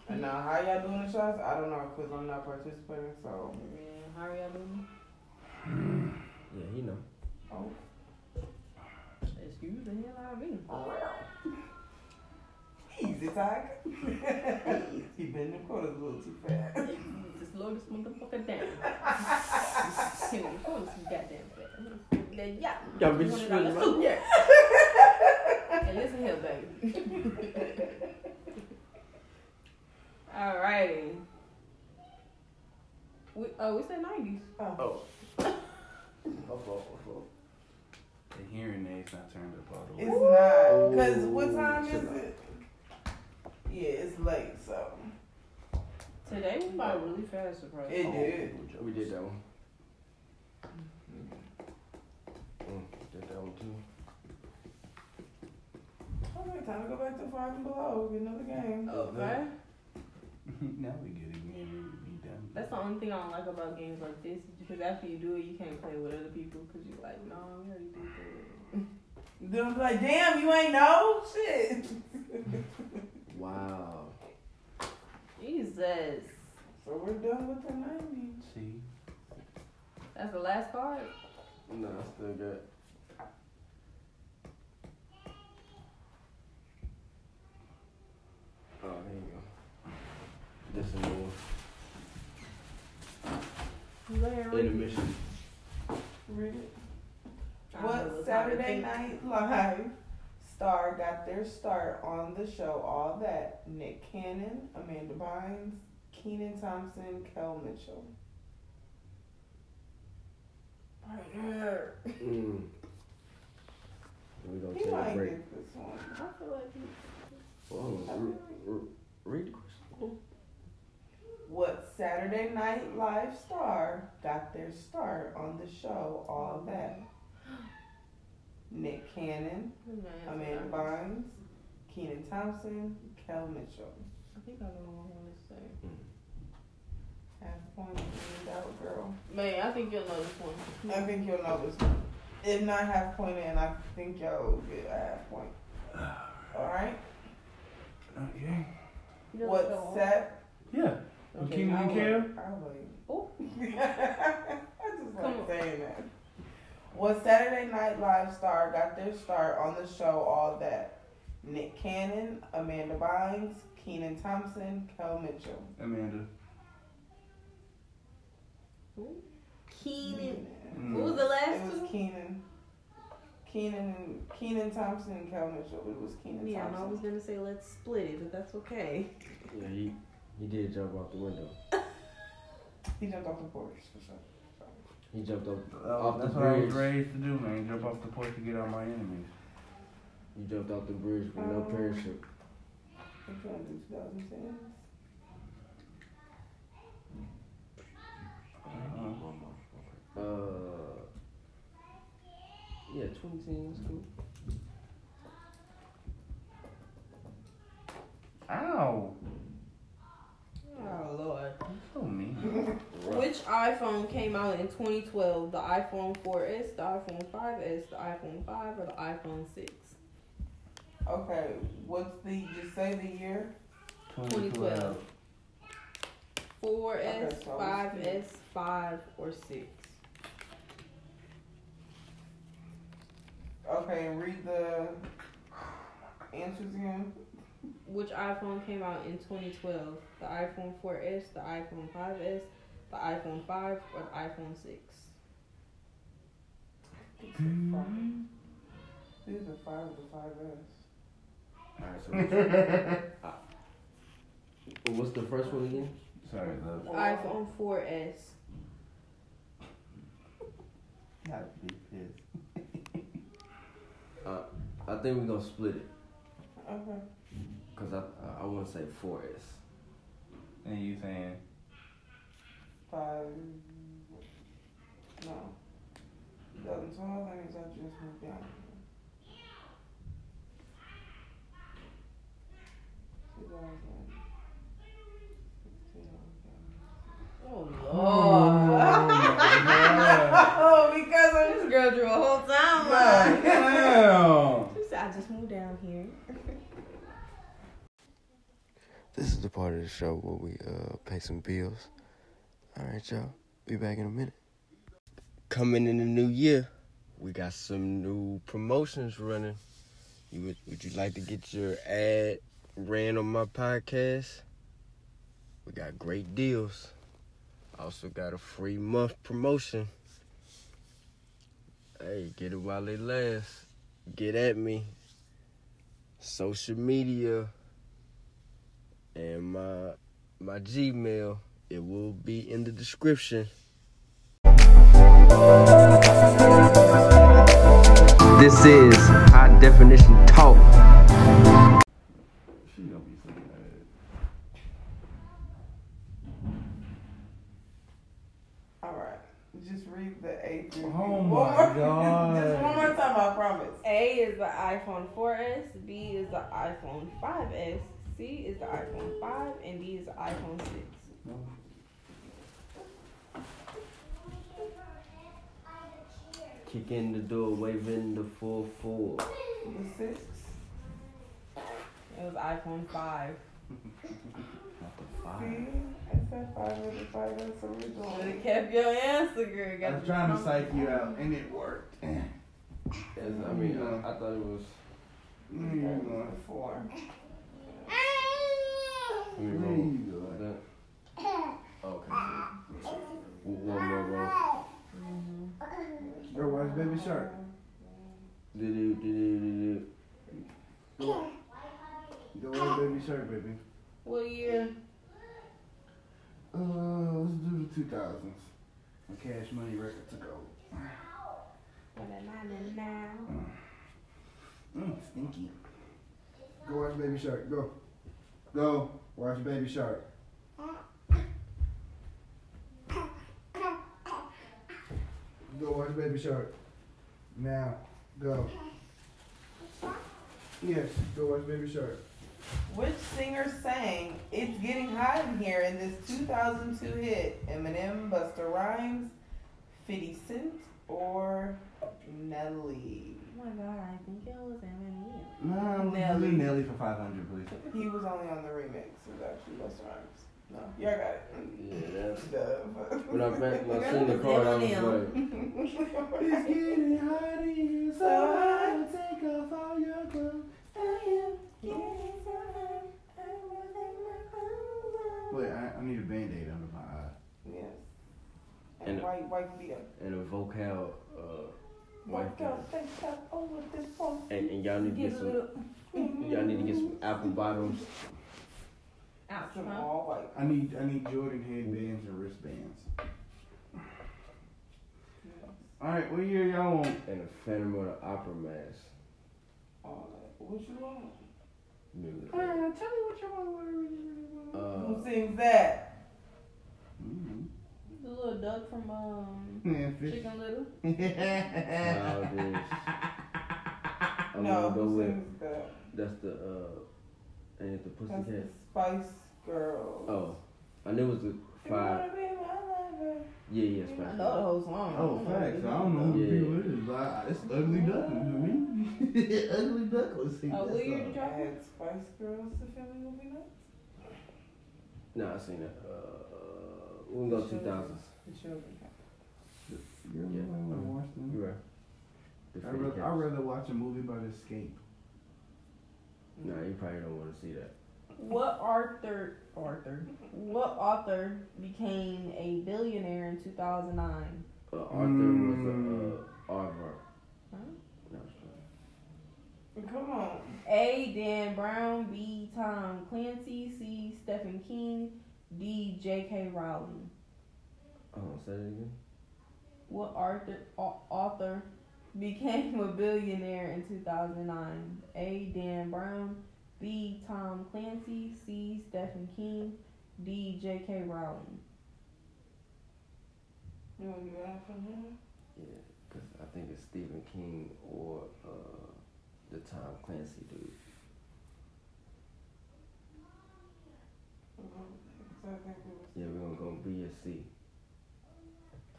And now, how y'all doing the shots? I don't know because I'm not participating, so. Yeah, how are y'all doing? Yeah, he know. Oh. Excuse the hell out of me. Easy, Tiger. he been in the quarters a little too fast. Just slow this motherfucker down. Kill him. Hold this goddamn fat. Yeah. Y'all bitches $100 really suit. like- yeah. Hey, listen here, baby. Alrighty. We oh we said nineties. Oh. My fault, my fault. The hearing aid's not turned up all the It's way. not because what Ooh, time is chill out. it? Yeah, it's late, so Today went by really fast, surprise. Oh. it did. We did that one. Mm, did that one too. All right, time to go back to five and below. Get another game. Okay. now we get again. We be done. That's the only thing I don't like about games like this is because after you do it, you can't play with other people because you're like, no, we already did that. Then I'm like, damn, you ain't know shit. Wow. Jesus, so we're done with the ninety. See. that's the last card. No, I still got. Oh, here you go. This is the one. You go ahead and read it. Intermission. Read it. I don't know What what's happening. Saturday Night Live star got their start on the show All That? Nick Cannon, Amanda Bynes, Keenan Thompson, Kel Mitchell. Right there. Mm. We gonna He take might a break. get this one. I feel like you- Whoa. Re- re- read the question. What Saturday Night Live star got their start on the show All That? Nick Cannon, Who's my answer? Amanda Bynes, Keenan Thompson, Kel Mitchell. I think I know what I want to say. Have fun and out, girl. Man, I think you'll know this one. I think you'll know this one. If not half point in, I think y'all will get a half point. Alright? Okay. You know What song? set? Uh, Yeah. Okay, Keenan I and Kel. wait. I wait. Oh. I just Come like on. saying that. Well, Saturday Night Live star got their start on the show All That. Nick Cannon, Amanda Bynes, Keenan Thompson, Kel Mitchell. Amanda. Keenan. Mm. What was the It last was two? Keenan. Keenan, Keenan Thompson and Kel Mitchell. It was Keenan Yeah, I was Thompson. gonna say let's split it, but that's okay. Yeah, he he did jump out the window. He jumped off the porch for sure. He jumped off. Oh, Off the that's what I was bridge. raised to do, man. Jump off the porch to get out my enemies. He jumped off the bridge with no Oh. parachute. I'm trying to do 2010. Uh-huh. Uh. Yeah, 2010 was cool. Ow. Oh lord. iPhone came out in 2012, the iPhone 4S, the iPhone 5S, the iPhone 5, or the iPhone 6. Okay, what's the just say the year? 2012. 4S, Okay, so it's 5S, 5, or 6. Okay, and read the answers again. Which iPhone came out in 2012? The iPhone 4S, the iPhone 5S, the iPhone 5, or the iPhone 6? These are five of the five S. Alright, so what's, Sorry, what's the first one again? love. Oh. iPhone 4S. Gotta be pissed. I think we're gonna split it Okay. because I I- I want to say 4S. And you saying Five. No. 2012 I think I just moved down. Two thousand sixteen. Oh, my oh, because I just girl drew a whole timeline. Damn. She said, I just moved down here. This is the part of the show where we uh pay some bills. All right, y'all. Be back in a minute. Coming in the new year, we got some new promotions running. You would would you like to get your ad ran on my podcast? We got great deals. Also got a free month promotion. Hey, get it while it lasts. Get at me. Social media and my my Gmail. It will be in the description. This is high definition talk. She gonna be so mad. All right. Just read the A through Oh D. my more- God. Just one more time, I promise. A is the iPhone 4S, B is the iPhone 5S, C is the iPhone 5, and D is the iPhone 6. Kick in the door, waving the four four. The six. It was iPhone 5. Not the See, five. I said five of the five S original. Should have kept your answer, girl. I Got was you trying to wrong. psych you out, and it worked. Yes, I mean, I, I thought it was. The Four. I mean, wrong. That- Okay. One more wrong. Girl, watch Baby Shark. Do-do, do-do, do-do. Go watch Baby Shark, baby. What year? Uh, let's do the 2000s. A Cash Money record to go. Mm, stinky. Go watch Baby Shark. Go. Go watch Baby Shark. Go watch Baby Shark. Now. Go. Yes, go watch Baby Shark. Which singer sang It's Getting Hot in Here in this 2002 hit? Eminem, Buster Rhymes, 50 Cent, or Nelly? Oh my god, I think it was E. Eminem. No, Nelly. Nelly for 500, please. He was only on the remix. It was actually Buster Rhymes. No, y'all got it. Yeah, that's. Duh. When I met my senior card, I was like. It's getting hot in here, so I'll take off all your clothes. Wait, I, I need a band aid under my eye. Yes. And- uh, And white, white beat up. and a vocal uh White White girl, face up over this one. and, and y'all need to Get get a some little y'all need to get some apple bottoms. out, Some huh? all white. I need I need Jordan headbands and wristbands. All right, what year y'all want? and a Phantom of the Opera mask. All that. What you want? Music. Uh, tell me what you want. What you really want. Uh, Who sings that? mm The little duck from um, Yeah, fish. Chicken Little. Childish. I'm no, gonna go who with sings that? that's the uh and it's the That's the pussycat. Spice Girls. Oh. I knew it was the You five wanna be my lover? Yeah, yeah, it's I fine. know the whole song. Oh, I facts. don't I know. don't know who Yeah. people it is, but I- it's Ugly Duckling to me. Ugly Duckling sing Oh, that will you song. drop Add Spice Girls to Philly will be nice. No, I seen it. Uh, we can go two thousands. The children. Girl, Yeah. I wanna watch them. You right. The I'd fake rather, I'd cats. rather watch a movie about escape. Nah, you probably don't want to see that. What Arthur Arthur? What author became a billionaire in 2009? Uh, Arthur was Mm. a uh, Arvar. Huh? No, it's fine. Come on. A. Dan Brown, B. Tom Clancy, C. Stephen King, D. J.K. Rowling. Oh, say that again. What Arthur au- author became a billionaire in 2009? A. Dan Brown, B. Tom Clancy, C. Stephen King, D. J.K. Rowling. You want to do that from him? Yeah, because I think it's Stephen King or uh, the Tom Clancy dude. So I think it was. Yeah, we're gonna go B and C.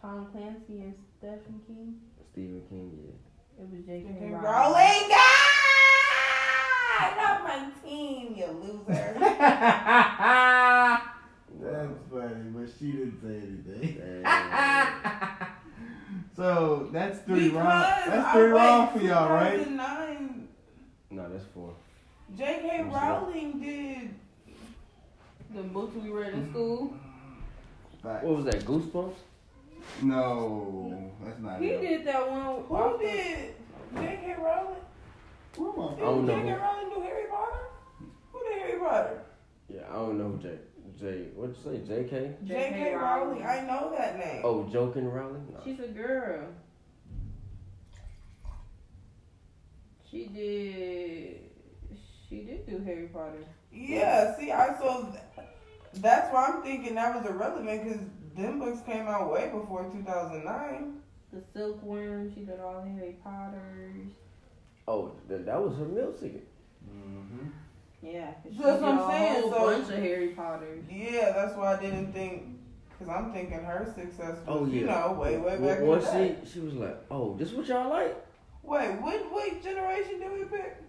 Tom Clancy and Stephen King. Stephen King, yeah. It was J.K. Okay, Rowling. Rolling God! Not my team, you loser. That's Wow. funny, but she didn't say anything. Dang. So that's three Because wrong. That's I three went wrong for y'all, right? 2009, no, that's four. J.K. I'm sorry. Rowling did. The books we read in school. Fact. What was that? Goosebumps? No, that's not He it. did that one. Who did J.K. Rowling? Where am I? Did don't know J.K. who- Rowling do Harry Potter? Who did Harry Potter? Yeah, I don't know. who J. J. What'd you say? J. K. J.K. Rowling. I know that name. Oh, joking, Rowling. No. She's a girl. She did. She did do Harry Potter. Yeah, see, I so th- that's why I'm thinking that was irrelevant because them books came out way before 2009. The Silkworm. She did all the Harry Potters. Oh, that, that was her music. Mm-hmm. Yeah. 'cause She That's did what I'm a saying, whole so- bunch of Harry Potters. Yeah, that's why I didn't think because I'm thinking her success was Oh, you yeah. know way way back. in the Once day. she she was like, "Oh, this what y'all like?" Wait, what what generation did we pick?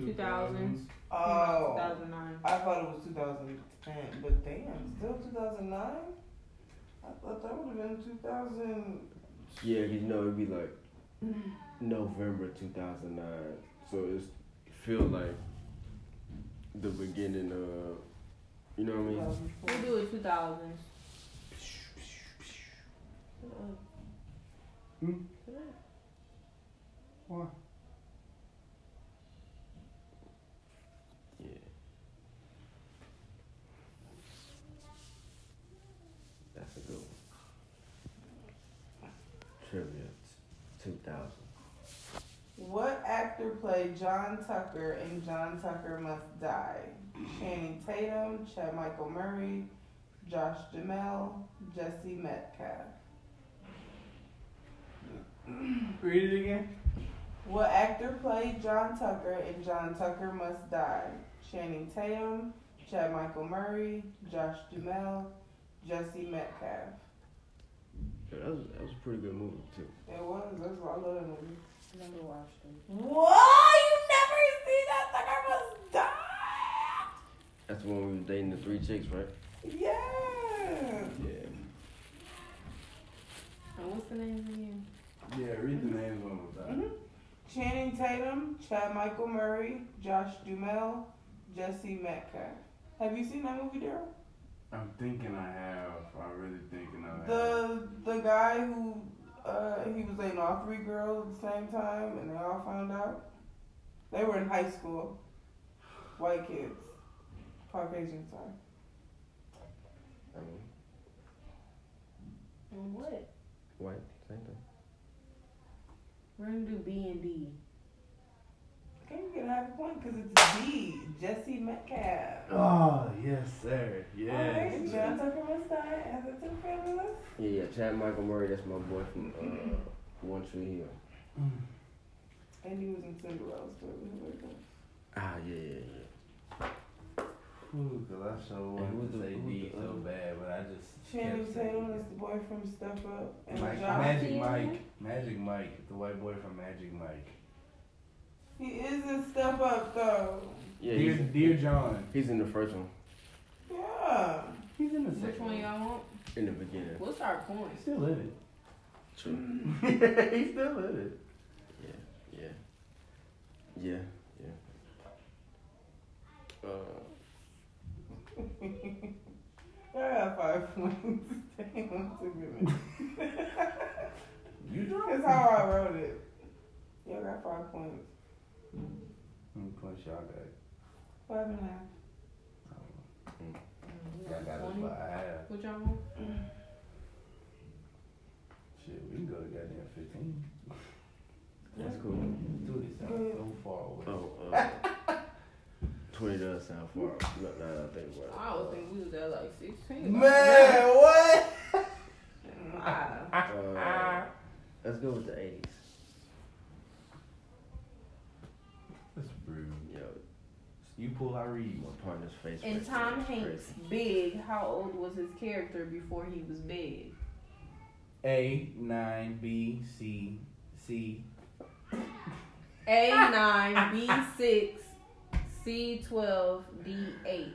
2000s. Oh, 2009. I thought it was 2010, but damn, still 2009. I thought that would have been 2000. Yeah, 'cause, you know it'd be like November two thousand nine, so it's feel like the beginning of you know what I mean. 2004. We'll do it 2000. Hmm? Why? Yeah. That's a good one. Trivia, two thousand. What actor played John Tucker in John Tucker Must Die? Channing Tatum, Chad Michael Murray, Josh Jamel, Jesse Metcalf. Read it again. What actor played John Tucker in John Tucker Must Die? Channing Tatum, Chad Michael Murray, Josh Jamel, Jesse Metcalf. Yeah, that was that was a pretty good movie too. It was. That's why I love that movie. Never watched them. Whoa! You never seen John Tucker Must Die? That's the one we was dating the three chicks, right? Yeah. Yeah. And what's the name again? Yeah, read the names one more time. Mhm. Channing Tatum, Chad Michael Murray, Josh Dumel, Jesse Metcalf. Have you seen that movie, Daryl? I'm thinking I have. I'm really thinking I have. The the guy who uh, he was dating all three girls at the same time, and they all found out. They were in high school. White kids, Caucasian, sorry. I mean, And what? white, same thing. We're gonna do B and D. Can you get a half a point? Cause it's D, Jesse Metcalf. Oh, yes, sir. All right, John Tucker Must Die. Add it to the family list. Yeah, yeah. Chad Michael Murray, that's my boy from uh, One Tree Hill. And he was in Cinderella. So it was really good. Ah, yeah, yeah, yeah. Ooh, cause I so wanted who to the- say who D the- so bad, but I just Channing kept saying Tatum is it. the boy from Step Up. And Mike, Josh, Magic Yeah. Mike, Magic Mike, the white boy from Magic Mike. he is in Step Up though. Yeah, dear, he's, dear John, he's in the first one. Yeah. he's in the second. Which one y'all want? In the beginning. What's our point? He's still living. True. he's still living. Yeah. Yeah. Yeah. Uh, I got five points. Damn, took me a minute. You drunk? That's how I wrote it. Y'all got five points. Plus y'all got, Five and a half. Mm-hmm. y'all got us Twenty? by a half. What y'all want? Shit, we can go to goddamn fifteen. that's cool. Dude, it sounds so far away. Oh, uh, 20 does sound far. Look, now that I think about it. I was thinking we was at like 16. Man, what? Wow. Uh, Ah. let's go with the 80s. That's rude. Yo, You pull, I read. my partner's face. And right Tom there is Hanks, crazy. big, how old was his character before he was big? A nine B C C. A9, B6, C12, D8.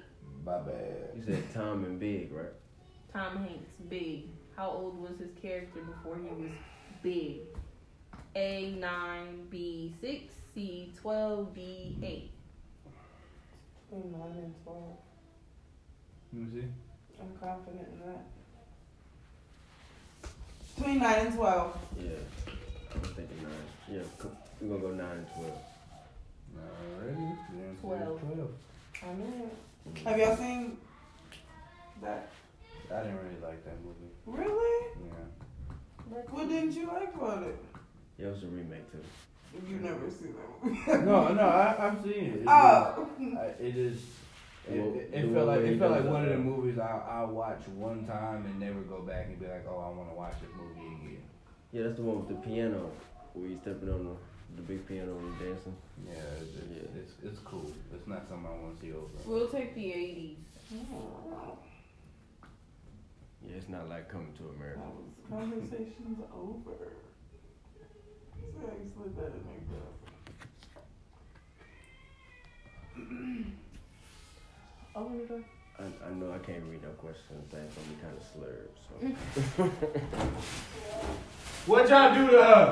My bad. You said Tom and Big, right? Tom Hanks, big. How old was his character before he was big? A9, B6, C12, D8. Between nine and twelve. Let me see. I'm confident in that. Between nine and twelve. Yeah. I'm thinking 9. Yeah, co- we're going to go 9 and 12. Already? Damn, it's Twelve. Twelve. I knew it. Have y'all seen that? I didn't really like that movie. Really? Yeah. What didn't you like about it? Yeah, it was a remake, too. You never seen that movie. No, no, I, I've seen it. It's Oh. just- I, it is. It, it, it The one felt like where he it felt does like one of the- uh, the movies I I watch one time and never go back and be like, oh, I want to watch this movie again. Yeah, that's the one with the piano. Where you stepping on the, the big piano and dancing. Yeah, it's, it's, Yeah. it's it's cool. It's not something I want to see over. We'll take the 80s. Yeah, it's not like coming to That America. was conversations over. So I just let that in there go. Open the door. I, I know I can't read no questions. That's gonna be kind of slurred. So. What y'all do to her?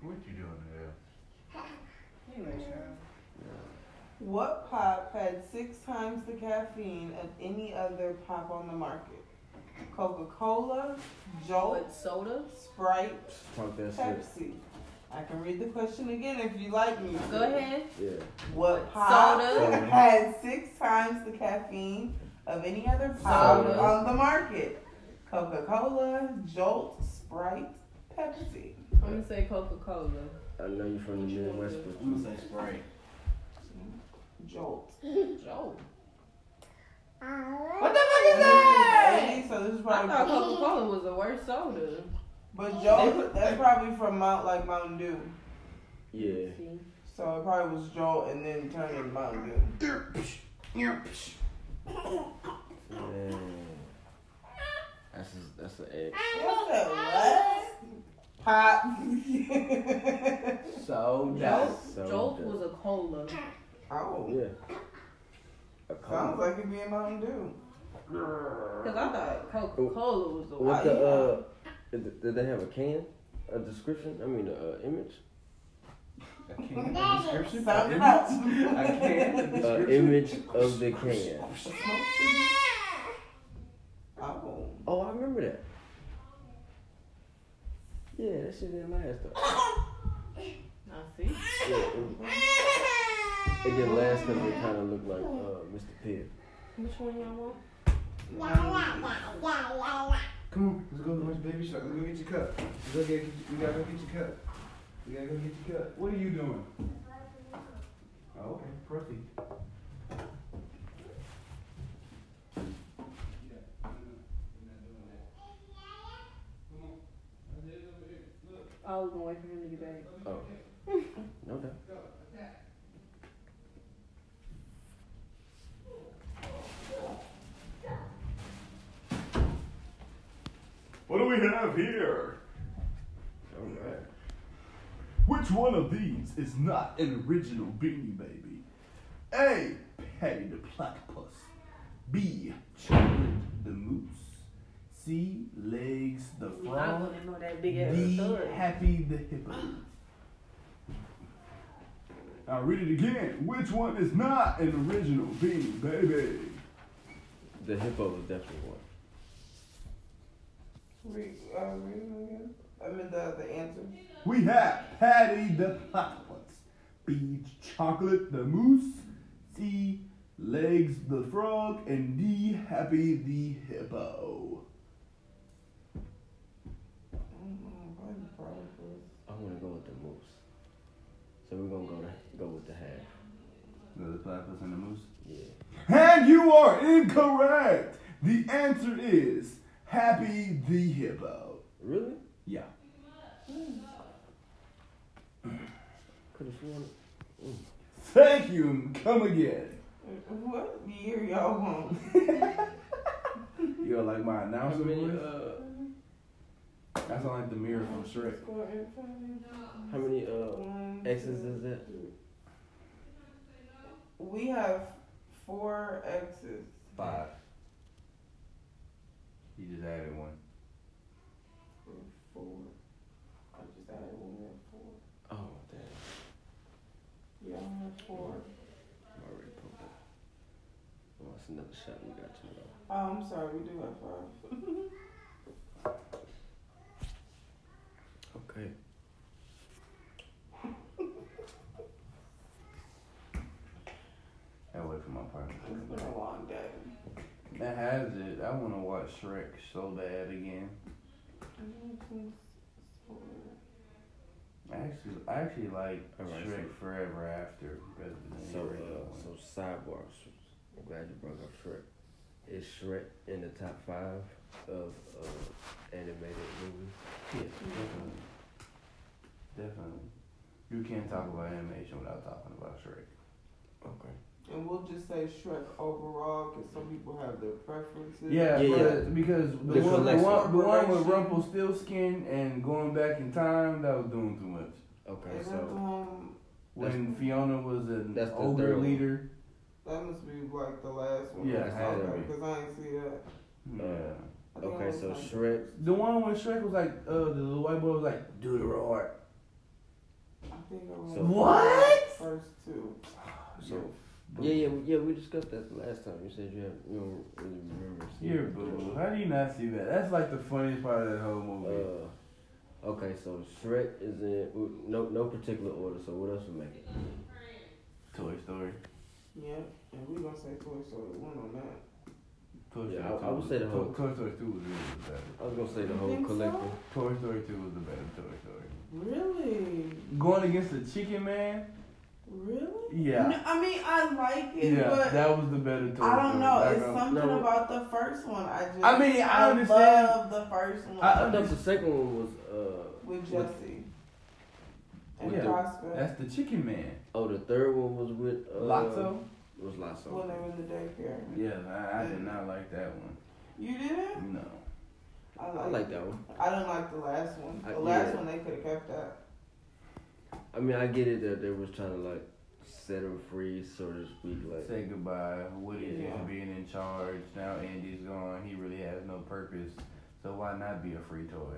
What you doing there? What pop had six times the caffeine of any other pop on the market? Coca Cola, Jolt, What, soda? Sprite, Pump that shit. Pepsi. I can read the question again if you like me. Go ahead. Yeah. What pop Soda. had six times the caffeine of any other pop Soda. on the market? Coca Cola, Jolt, Sprite, Pepsi. I'm going to say Coca Cola. I know you from the Midwest, but you, say Sprite. Jolt. Joe. Ah, What And this is 80, So this is I thought probably, Coca Cola was the worst soda. but Jolt. That's probably from Mount like Mountain Dew. yeah. See? So it probably was Jolt and then turned into Mountain Dew. Man. That's a, that's an egg. oh, What's that? What? Pop. So Jolt, soda. Jolt was a cola. oh, Yeah. A sounds cola. like it being Mountain Dew. Because I thought Coca Cola was the worst. What the uh? Did did they have a can? A description? I mean, uh, image. I can't the description. Sound it I out. didn't- I can't Uh, the description. image of the can. Oh. Oh, I remember that. Yeah, that shit didn't last though. I see. Yeah, it, it didn't last because it kind of looked like uh, Mr. Pibb. Which one y'all want? Come on, let's go to lunch, baby. Shark. Let's go get your cup. Let's go get. We gotta go get your cup. We gotta go get your cup. What are you doing? Oh, okay, proceed. I was gonna wait for him to get back. Oh, no doubt. What do we have here? All right. Which one of these is not an original Beanie Baby? A. Patty the Platypus. B. Chocolate the Moose. C. Legs the I Frog. wanna know that big ass D. thug. Happy the Hippo. I'll read it again. Which one is not an original Beanie Baby? The hippo was definitely one. Re, uh, read them again. I mean the the answer. We have Patty the Platypus, B. Chocolate the Moose, C. Legs the Frog, and D. Happy the Hippo. Mm-mm, probably probably. I'm gonna go with the moose. So we're gonna go to, go with the half. The platypus and the moose? Yeah. And you are incorrect! The answer is Happy the Hippo. Really? Yeah. Could have sworn. Thank you and come again. What year y'all want? You're like my How announcer. many? voice? Uh, I sound like the mirror from Shrek. how many uh One, X's two, is that? We have four X's. Five. You just added one. Four. I just added one we have four. Oh damn. Y'all have four. I'm already pulled up. Oh, that's another shot we got to Oh, I'm sorry, we do have five. go. Okay. That way from my partner. It's been a long day. That has it. I want to watch Shrek so bad again. I actually, I actually like Alright, Shrek Forever After better than So, the original uh, one. so sidebar. Sh- I'm glad you brought up Shrek. Is Shrek in the top five of uh, animated movies? Yeah, definitely, definitely. You can't talk about animation without talking about Shrek. Okay. And we'll just say Shrek overall, because some people have their preferences. Yeah, Yeah, but- yeah. because the This one, the collection. one, the one with Corporation. Rumpelstiltskin and going back in time, that was doing too much. Okay. And that's, So um, When Fiona was an that's the older third one. leader. that must be like the last one. Yeah, it had to be. because I ain't see that. Uh, yeah. I think okay. that was So like- Shrek. The one when Shrek was like, uh, the little white boy was like, do the roar. I think I So- was What? First two. So yeah, yeah, we- yeah. We discussed that the last time. You said you have you don't really remember. seeing You're it. boo. How do you not see that? That's like the funniest part of that whole movie. Uh, okay. So Shrek is in no no particular order. So what else would make it? Uh, Toy Story. Yeah, and we gonna say Toy Story one on that. Toy Yeah, Story I- 2 I would was- say the To- whole- Toy Story Two was really the better. I was gonna say the You whole think so? collective. Toy Story Two was the better Toy Story. Really? Going against the Chicken Man. Really? Yeah. No, I mean I like it, yeah, but that was the better Toy Story. I don't know. Back It's on- something No. about the first one. I just I mean, I understand. love the first one I I- thought the second one was uh with Jesse and Yeah. Oscar That's the Chicken Man. oh the third one was with uh, Lotso. was when they Lotso. were in the daycare. Yeah, I, I did not like that one. You didn't? No. I like. I like that one. I didn't like the last one. I- The last yeah. one they could have kept that. I mean I get it that they was trying to like set him free so to speak like Say goodbye. Woody Yeah. is being in charge now. Andy's gone. He really has no purpose. So why not be a free toy?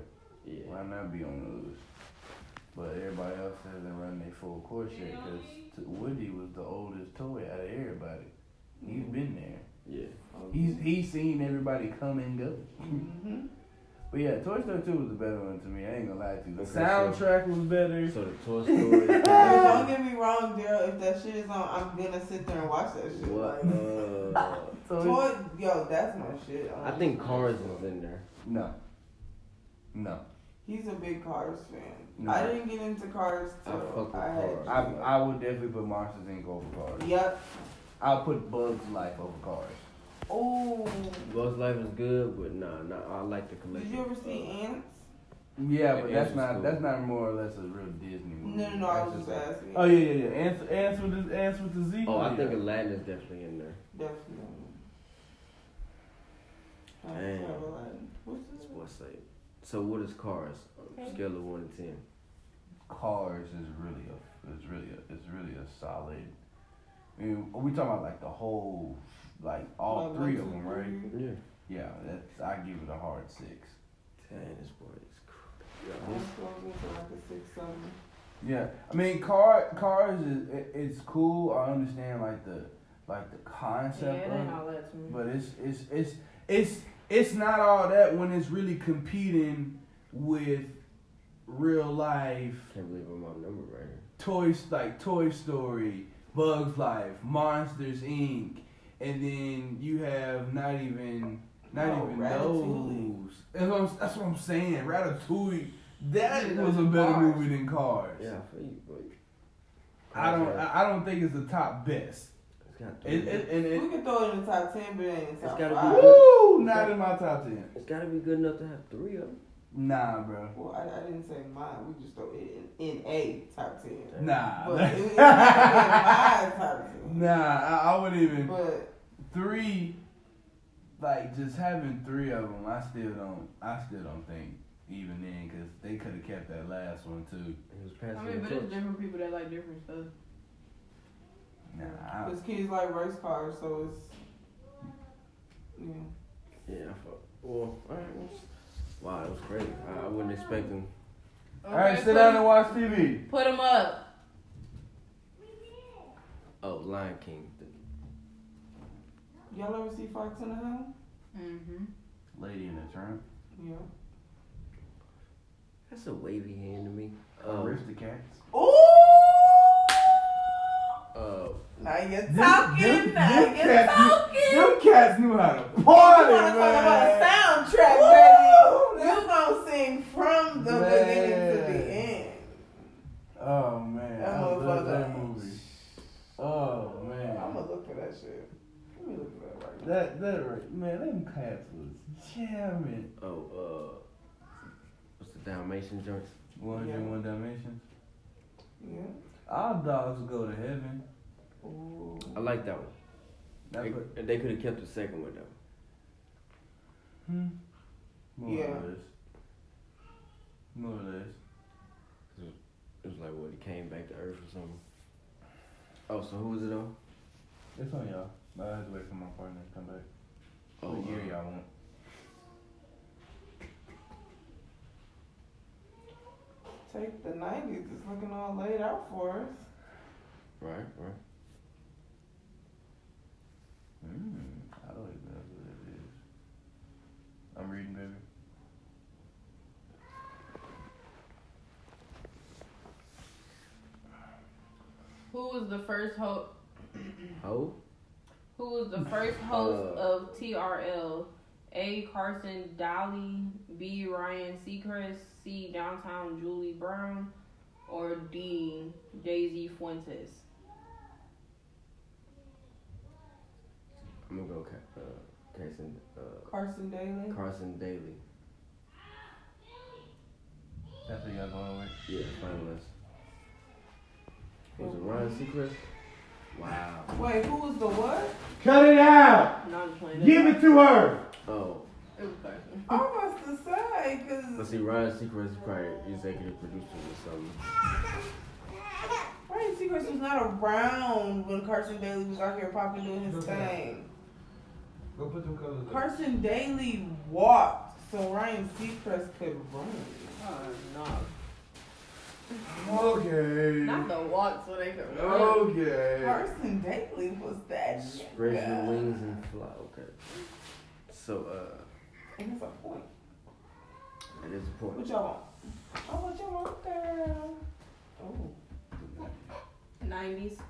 yeah Why not be on the loose? But everybody else hasn't run their full course yet because Woody was the oldest toy out of everybody. He's been there. Mm. Oh, yeah He's he's seen everybody come and go. hmm But yeah, Toy Story 2 was the better one to me. I ain't gonna lie to you. The Okay, so- soundtrack was better. so the Toy Story. Don't collection get me wrong, Daryl. If that shit is on, I'm gonna sit there and watch that shit. what Like, uh So it's- Toy, yo, that's my shit. I think Cars is in there. no, no. he's a big Cars fan. No. I didn't get into Cars I till fuck with I had. Cars. I I would definitely put Monsters Inc. over Cars. Yep. I'll put Bugs Life over Cars. Oh, Bugs Life is good, but nah, nah I like the did collection. you ever see Uh, Ants? Yeah, Like but that's Answer's not cool. that's not more or less a real Disney Mm, movie. No, no, no. I was That's just like- asking. Oh yeah, yeah, yeah. Answer, answer the answer with the Z. Oh, I think Aladdin is definitely in there. Definitely. I Damn. have a lot. What's That's this? what I say. So what is Cars? On a Scale of one to ten. Cars is really a is really a, is really a solid. I mean, we talking about like the whole like all Like, three of one, two, them, right? three. Yeah. Yeah, that's I give it a hard six. Dang, this boy is cr- I yeah, was this- closing to like a six, seven. Yeah, I mean, car cars is it, it's cool. I understand like the like the Yeah, concept it of ain't it, all that to me. but it's it's it's it's it's not all that when it's really competing with real life Can't believe I'm on number right here. toys like Toy Story, Bugs Life, Monsters Inc, and then you have not even not No, even Ratatouille. those. That's what, I'm, that's what I'm saying. Ratatouille. That Yeah, was a those better cars. movie than Cars. Yeah, I feel you, but I don't. Cars has- I I don't think it's the top best. it's got three. It, it, and it, we could throw it in the top ten, but it ain't in the top gotta be five. good. woo, not in my top ten. it's got to be good enough to have three of them. Nah, bro. Well, I, I didn't say mine. We just throw it in, in a top ten. Nah. But it, it's not in my top ten. nah, I, I wouldn't even But three. Like just having three of them, I still don't. I still don't think even then, cause they could have kept that last one too. It was I passing mean, the but it's torch. different people that like different stuff. Nah, I, his kids like race cars, so it's yeah. Yeah, I fuck. Well, alright. it was- Wow, that was crazy. I, I wasn't expecting. all right, sit down and watch TV. Put them up. Oh, Lion King. The- Y'all ever see Fox in the Hound? Mm-hmm. Lady in the Tramp, Yeah. That's a wavy hand to me. Oh. Um, Aristocats. Ooh! uh, Now you're Them- talking. them- Now them you're cats knew- talking. Them cats knew how to You party, wanna talk about man. soundtrack, Woo! baby? You gonna sing from the Man. beginning to the end? Oh man, That I love that motherfucker. movie. Oh man, I'm gonna look for that shit. Let me look for that right now. that that right, man, them cats was jamming. oh, uh, what's the Dalmatian joints? One Yeah. in one dimension. Yeah. Our dogs go to heaven. Ooh. I like that one. That's what. They- they could have kept the second one though. Hmm. More Yeah. or less. More or less. It was like what he came back to Earth or something. Oh, so who was it on? It's on y'all. But I have to wait for my partner to come back. Oh, what year uh, y'all want? Take the '90s. It's looking all laid out for us. Right, right. Mm, I don't even know who that is. I'm reading, baby. Who was the first host? Oh, Who was the first host Uh. of TRL? A. Carson Dolly, B. Ryan Seacrest, C. Downtown Julie Brown, or D. Daisy Fuentes. I'm gonna go Ca- uh, Carson uh, Carson Daly. Carson Daly. That's what y'all going with. Yeah, finalist. Was it Ryan Oh. Seacrest? Wow. Wait, who was the what? Cut it out! No, I'm just playing. to her! Oh, It was Carson. I must to say, let's cause see. Ryan Seacrest is probably executive producer or something. Ryan Seacrest was not around when Carson Daly was out here popping doing his thing. Go put them colors Carson Daly walked, so Ryan Seacrest could run. Oh, no. Not Okay. the walk so they could run. Oh, Okay. Carson Daly was that Spread your nigga. wings and fly. Okay. So, uh, And it's a point. that is the What point. y'all want? Oh, what y'all want, girl? Oh. 90s.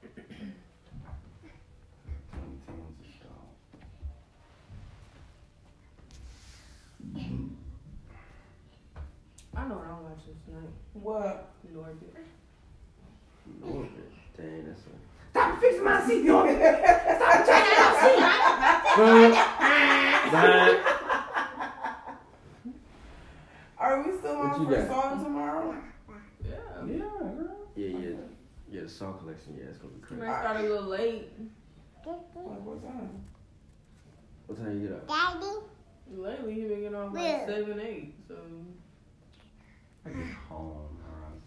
2010's a dog. I know what I'm watching tonight. What? Norbit. Lord, Dang, that's a. Stop fixing my CPR. Stop checking out Bye. the song collection, yeah, it's gonna be crazy. Merch got a little late. Like, what time? What time you get up? Daddy, Lately, he been getting off like Yeah. seven, eight. So I get home around.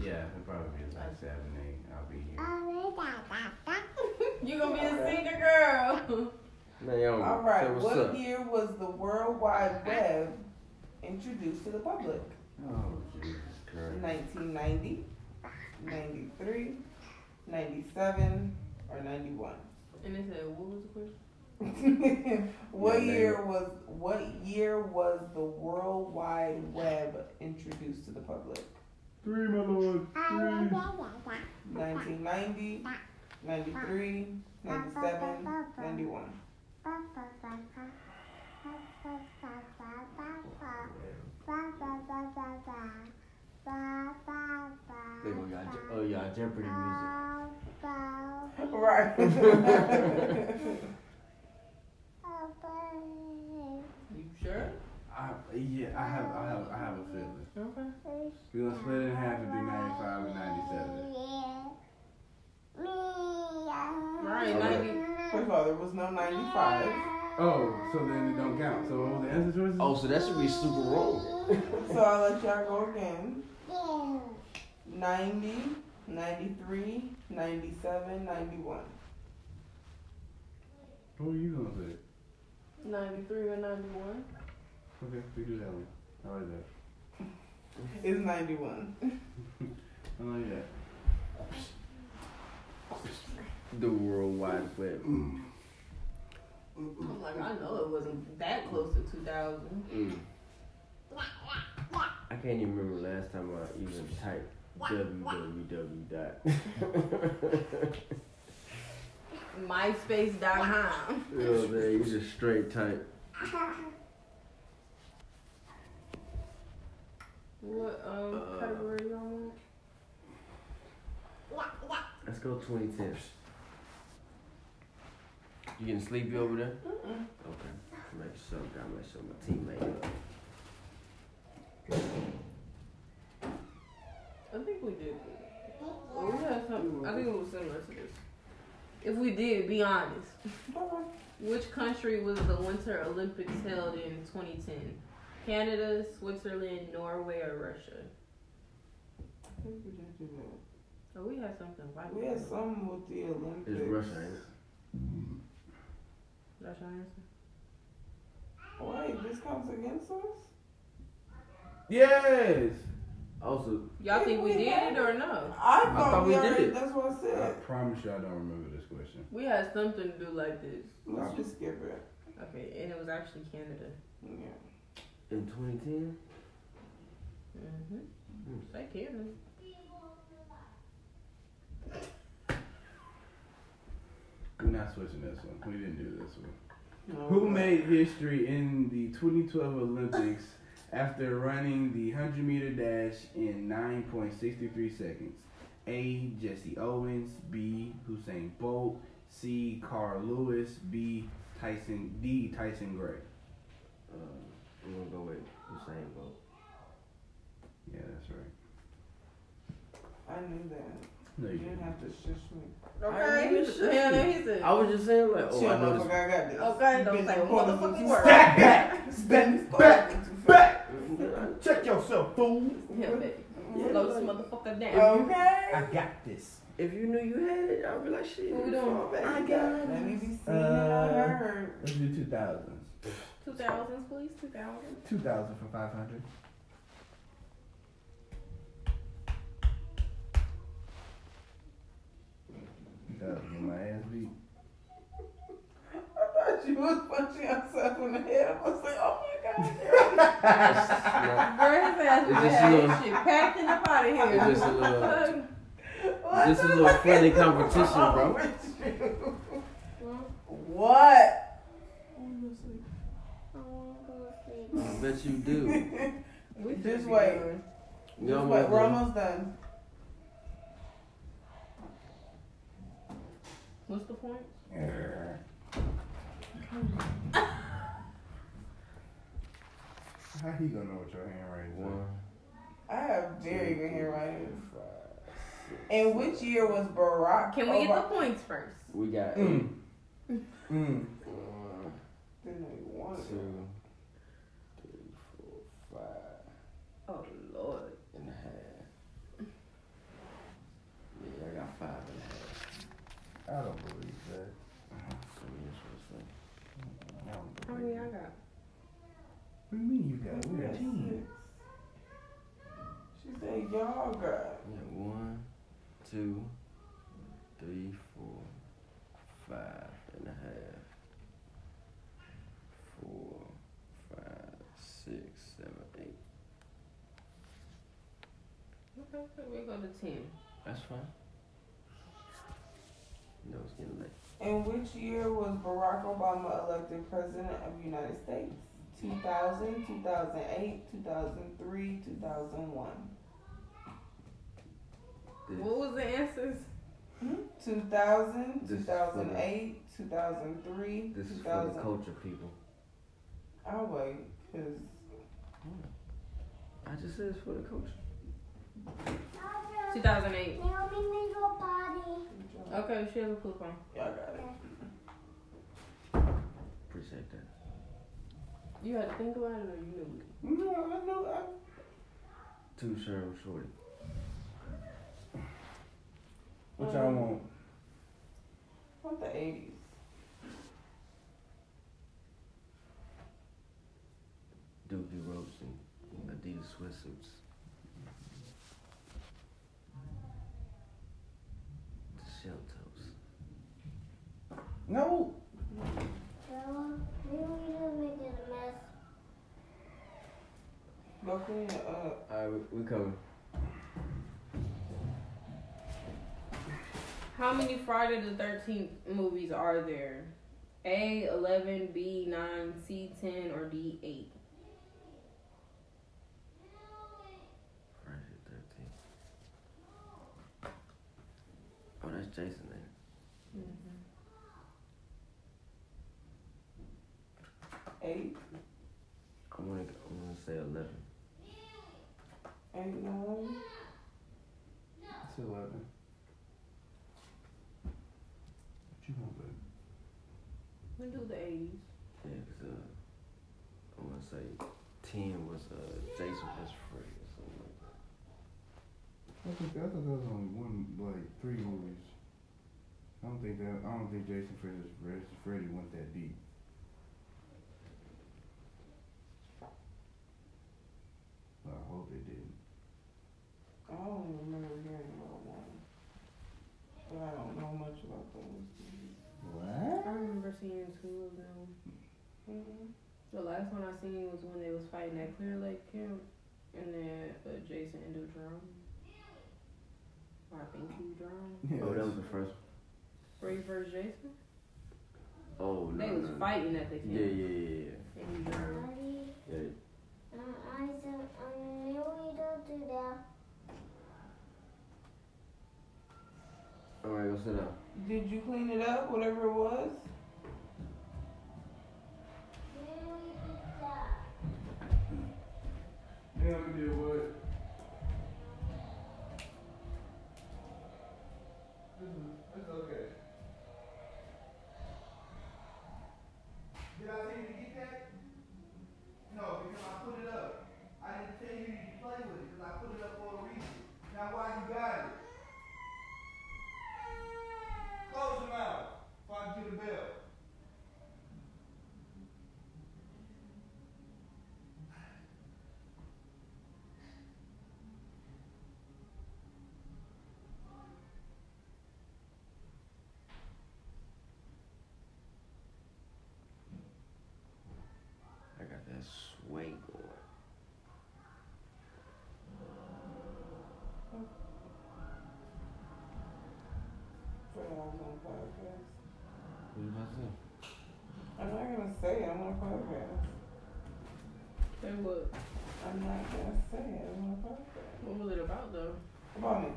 Yeah, it'll probably be like seven, eight. I'll be here. oh, da, da, da. you gonna be a singer girl. Man, y'all All right. say what's what up. year was the World Wide Web introduced to the public? Oh Jesus Christ! 1990, 93, 97, or 91? and they said, what was the question? what Yeah, name year it. was what year was the World Wide Web introduced to the public? Three, my lord. Oh, da, da, da. 1990, 93, 97, 91. Ba, ba, ba, ba. Ba, ba, ba, ba, ba, ba. Ba, ba, ba, ba, ba. Ba, ba, ba, They gonna got Je- ba. oh yeah, Jeopardy music. Oh, ba, Right. oh, ba. You sure? I, yeah, I have, I have, I have a feeling. Okay. We gonna split it in half and do ninety-five and ninety-seven. Right, Okay. 90. First of all, there was no 95. Oh, so then it don't count. So what was the answer choices? Oh, so that should be super wrong. So I'll let y'all go again. 90, 93, 97, 91. What were you gonna say? 93 and 91. Okay, we do that one. I like that. It's 91. I like that. the World Wide Web. I'm like, I know it wasn't that close to 2000. Mm. I can't even remember last time I even typed www. dot. MySpace.com. oh man, you just straight type. What um Uh, category y'all want? Let's go 2010. You getting sleepy over there? Mm-mm. Okay. Make sure, gotta make sure my teammate up. I think we did. Well, we had something. I think it was similar to this. If we did, be honest. Which country was the Winter Olympics held in 2010? Canada, Switzerland, Norway, or Russia? I think we did do that. Oh, we had something like We had that. some with the Olympics. It's Russia, ain't it? That's your answer? Wait, this comes against us? Yes. Also, Y'all If think we we did had- it or no? I thought, thought we, we already, did. That's what I I said. promise you, I don't remember this question. We had something to do like this. Let's just skip it. Okay, and it was actually Canada. Yeah. in 2010? Mm-hmm. Mm. Say Canada. We're not switching this one. We didn't do this one. No, Who but- made history in the 2012 Olympics after running the 100 meter dash in 9.63 seconds? A. Jesse Owens. B. Hussein Bolt. C. Carl Lewis. B. Tyson. D. Tyson Gray. Uh, I'm gonna go with Usain Bolt. Yeah, that's right. I knew that. No, You you didn't didn't. have to shush me. Okay, he said. he said. I was just saying, like, oh, Chill, I know motherfucker, this. I got this. Okay, don't Bitch, say I'm what calling motherfucking you. word. Stop. back, Stop. back. Check yourself, fool. Yeah, baby. Mm-hmm. Slow this motherfucker down. Um, Okay. got this. If you knew you had it, I'd be like, shit. What we you doing? fall back. I You got it. Let me be seen Uh, and heard. Let's do 2000s. 2000s, please. 2000s. 2000 for 500. That was my ass beat. I thought you was punching yourself in the head. I was like, oh my god. girl. It's not- Girl, his ass It's would just have a his shit packed and up out of here. It's just a little- Fuck. What This is a the little fuck friendly is wrong competition, bro. with you? What? What? I wanna go sleep. I bet you do. We should Just be wait. good. You know Wait, what? We're almost done. What's the point? How he gonna know what your handwriting is? One, I have very two, good handwriting. five, And which year was Barack? Can we get the Obama- points first? We got Hmm. eight. Mm. Mm. One, Didn't they want two, it? three, four, five Oh lord. and a half. Yeah, I got five and a half. I don't believe that. Come here, so it's like- I don't How believe many I that. got? What do you mean you got? We got Yes. ten. She said, y'all got. We got one, two, three, four, five and a half. Four, five, six, seven, eight. Okay, so we go to ten. That's fine. No, it's getting late. In which year was Barack Obama elected president of the United States? 2000, 2008, 2003, 2001. This- What was the answers? 2000, This is for the- 2008, 2003, This is for the 2000. culture people. I'll wait, because I just said it's for the culture. Two thousand eight. Help me make a body. y'all Okay, she has a poop on. got it. Appreciate that. You had to think about it or you knew it. No, I know. I, Two Sherm Shorty. What y'all want? want the 80s. Doogie ropes and Adidas sweatsuits. The shell toes. No. No, we don't make it a mess. Go clean it up. Alright, we, we coming. How many Friday the thirteenth movies are there? A eleven, B nine, C ten, or D eight? Friday the 13th. Oh, that's Jason there. Mm-hmm. Eight, I'm gonna, I'm gonna say 11. eight, nine. It's eleven. What you want, baby? We do the eighties. Yeah, cause, uh, I'm gonna say 10 was uh, Jason Best Friend or something like that. I think I thought that was only one, like three movies. I don't think that. I don't think Jason Freddy's versus Freddy went that deep. Well, I hope they didn't. I don't even remember hearing about one. But I don't know much about those. What? I remember seeing two of them. Mm-hmm. mm The last one I seen was when they was fighting at Clear Lake Camp, and then uh, Jason ended drowning. Or I think he drowned. Yeah, Oh, that was the that's- first Brave versus Jason. Oh, no. They was no, no. fighting at the camp. Yeah, yeah, yeah, And he drowned. Body. yeah. yeah. Uh, I said, I knew we don't do that. Alright, go sit down. Did you clean it up, whatever it was? Knew we did that. Yeah, we did what? It's okay. Did I tell you to get that? No, because I put it up. I didn't tell you to play with it because I put it up for a reason. Now why you got it? Close your mouth before I get a bell. I got that sway going. For that I was on podcast. What you about to say? I'm not gonna say it, I'm on podcast. Say what? I'm not gonna say it, I'm on podcast. What was it about though? Come on, man.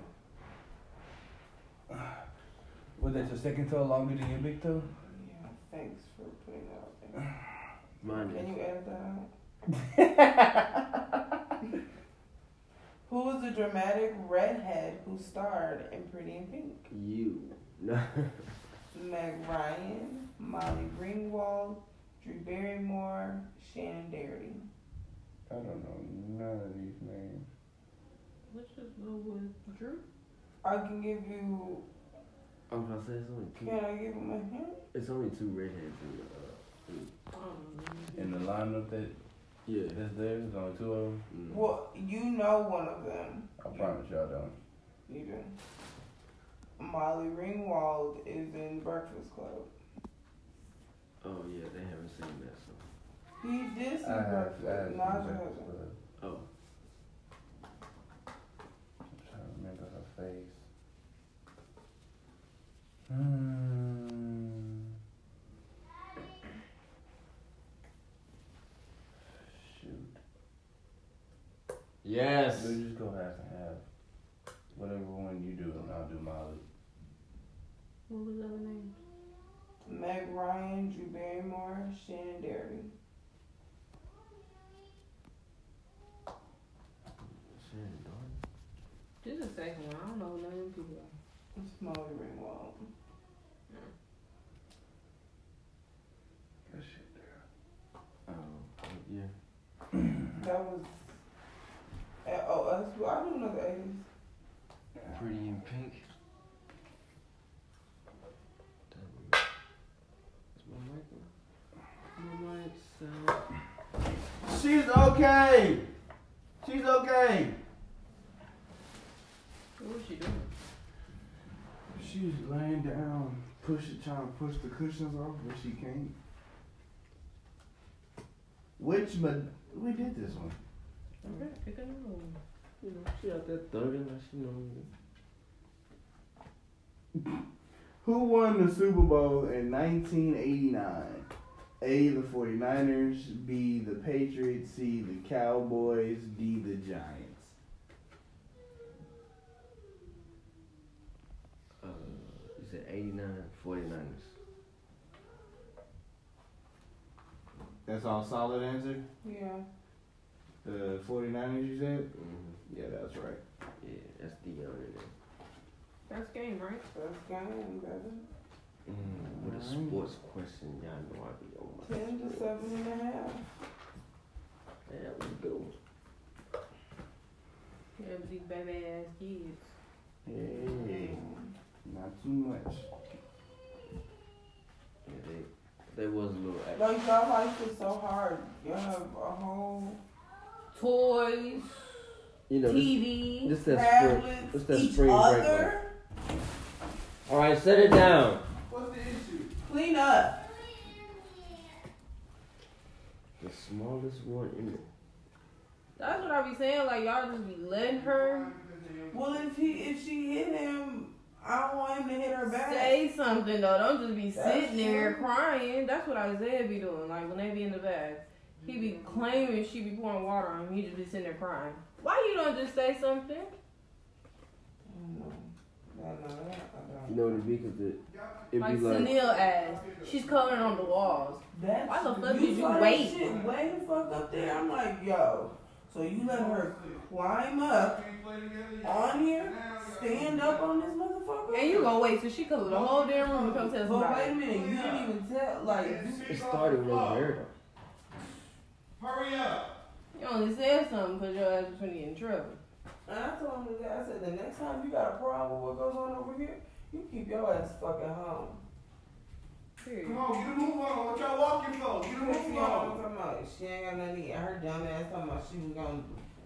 Was that your second toe longer than your big toe? Yeah, thanks for putting that out there. Mine Can is. you edit that out? Who was the dramatic redhead who starred in Pretty in Pink? You. No. Meg Ryan, Molly Ringwald, Drew Barrymore, Shannon Doherty. I don't know none of these names. Let's just go with Drew. I can give you. I was about to say it's only two. Can I give him a hint? It's only two redheads in the. Uh, In the lineup that yeah. that's there, there's only two of them. Mm. Well, you know one of them. I promise y'all don't. You do. Molly Ringwald is in Breakfast Club. Oh yeah, they haven't seen that. So. He did see I have, Breakfast. I have Naja some hasn't. breakfast club. Oh. I'm trying to remember her face. Hmm. Shoot. Yes. We'll just go half and half. Whatever one you do, and I'll do Molly. What was the other name? Meg Ryan, Drew Barrymore, Shannon Doherty. Shannon Doherty. Just a second one. I don't know who none of them people are. It's Molly Ringwald. That shit there. Oh yeah. Mm-hmm. That was. uh, Oh, us. Well, I don't know the 80s. Pretty in pink. Damn. Is my mic on? My mic's out. She's okay. She's okay. What was she doing? She's laying down, pushing, trying to push the cushions off, but she can't. Which, but we did this one. Okay, pick another one. You know, she out there thugging like she know. Who won the Super Bowl in 1989? A, the 49ers, B, the Patriots, C, the Cowboys, D, the Giants. Uh, you said 89, 49ers. That's all solid answer? Yeah. The 49ers, you said? Mm-hmm. Yeah, that's right. Yeah, that's Dion in there. That's game, right? That's game, baby. Mm, with a Alright. sports question, y'all know I be on my. 10 to shit. 7 and a half. Yeah, that was a good one. Yeah, but these baby ass kids. Hey, not too much. Yeah, they, they was a little action. Like, y'all life is so hard. Y'all have a whole Toys, You know, this, TV. this that spring. What's tablets, that each spring break one? other. All right, set it down. What's the issue? Clean up. The smallest one in the That's what I be saying. Like y'all just be letting her Well, if he if she hit him, I don't want him to hit her back. say something though. Don't just be That's sitting there true. crying. That's what Isaiah be doing. Like when they be in the bath, he be Mm-hmm. claiming she be pouring water on him. He just be sitting there crying. Why you don't just say something? No, Mm-hmm. no, no, no, I You don't. know what it'd be? Cause it, it'd Like be like, Sunil asked, she's coloring on the walls. That's, Why the fuck did you saw that wait? Shit way the fuck up there. I'm like, yo. So you let her climb up on here, stand up on this motherfucker. And you gonna wait till she color the whole damn room to come tell But wait a somebody. minute, you didn't even tell. Like, you- it started with her. Hurry up. You only said something because your ass was finna get in trouble. and I told him that I said the next time you got a problem with what goes on over here, you keep your ass fucking home. Period. Come on, get a move on. What y'all walking for? Get a What you move know, on. talking about she ain't got nothing to eat. Her dumb ass talking about she was gonna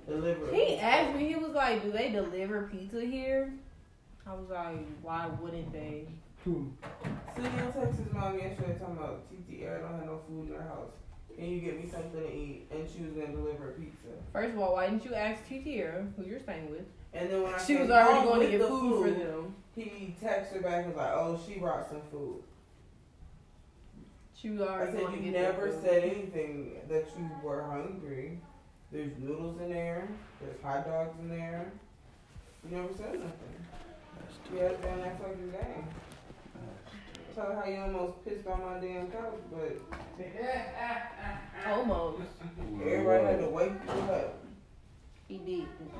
deliver. He asked me, he was like, Do they deliver pizza here? I was like, Why wouldn't they? Sunil texted his mom yesterday talking about TTR don't have no food in her house. Can you get me something to eat? And she was gonna deliver a pizza. First of all, why didn't you ask Titiera, who you're staying with? And then when I She came was already home going to with get the food for them. He texted her back and was like, "Oh, she brought some food." She was I already said, going to "You get their never food. said anything that you were hungry. There's noodles in there. There's hot dogs in there. You never said nothing. You had to act like your game." Tell her how you almost pissed on my damn couch, but Almost. Well, everybody had to wake you up. He did.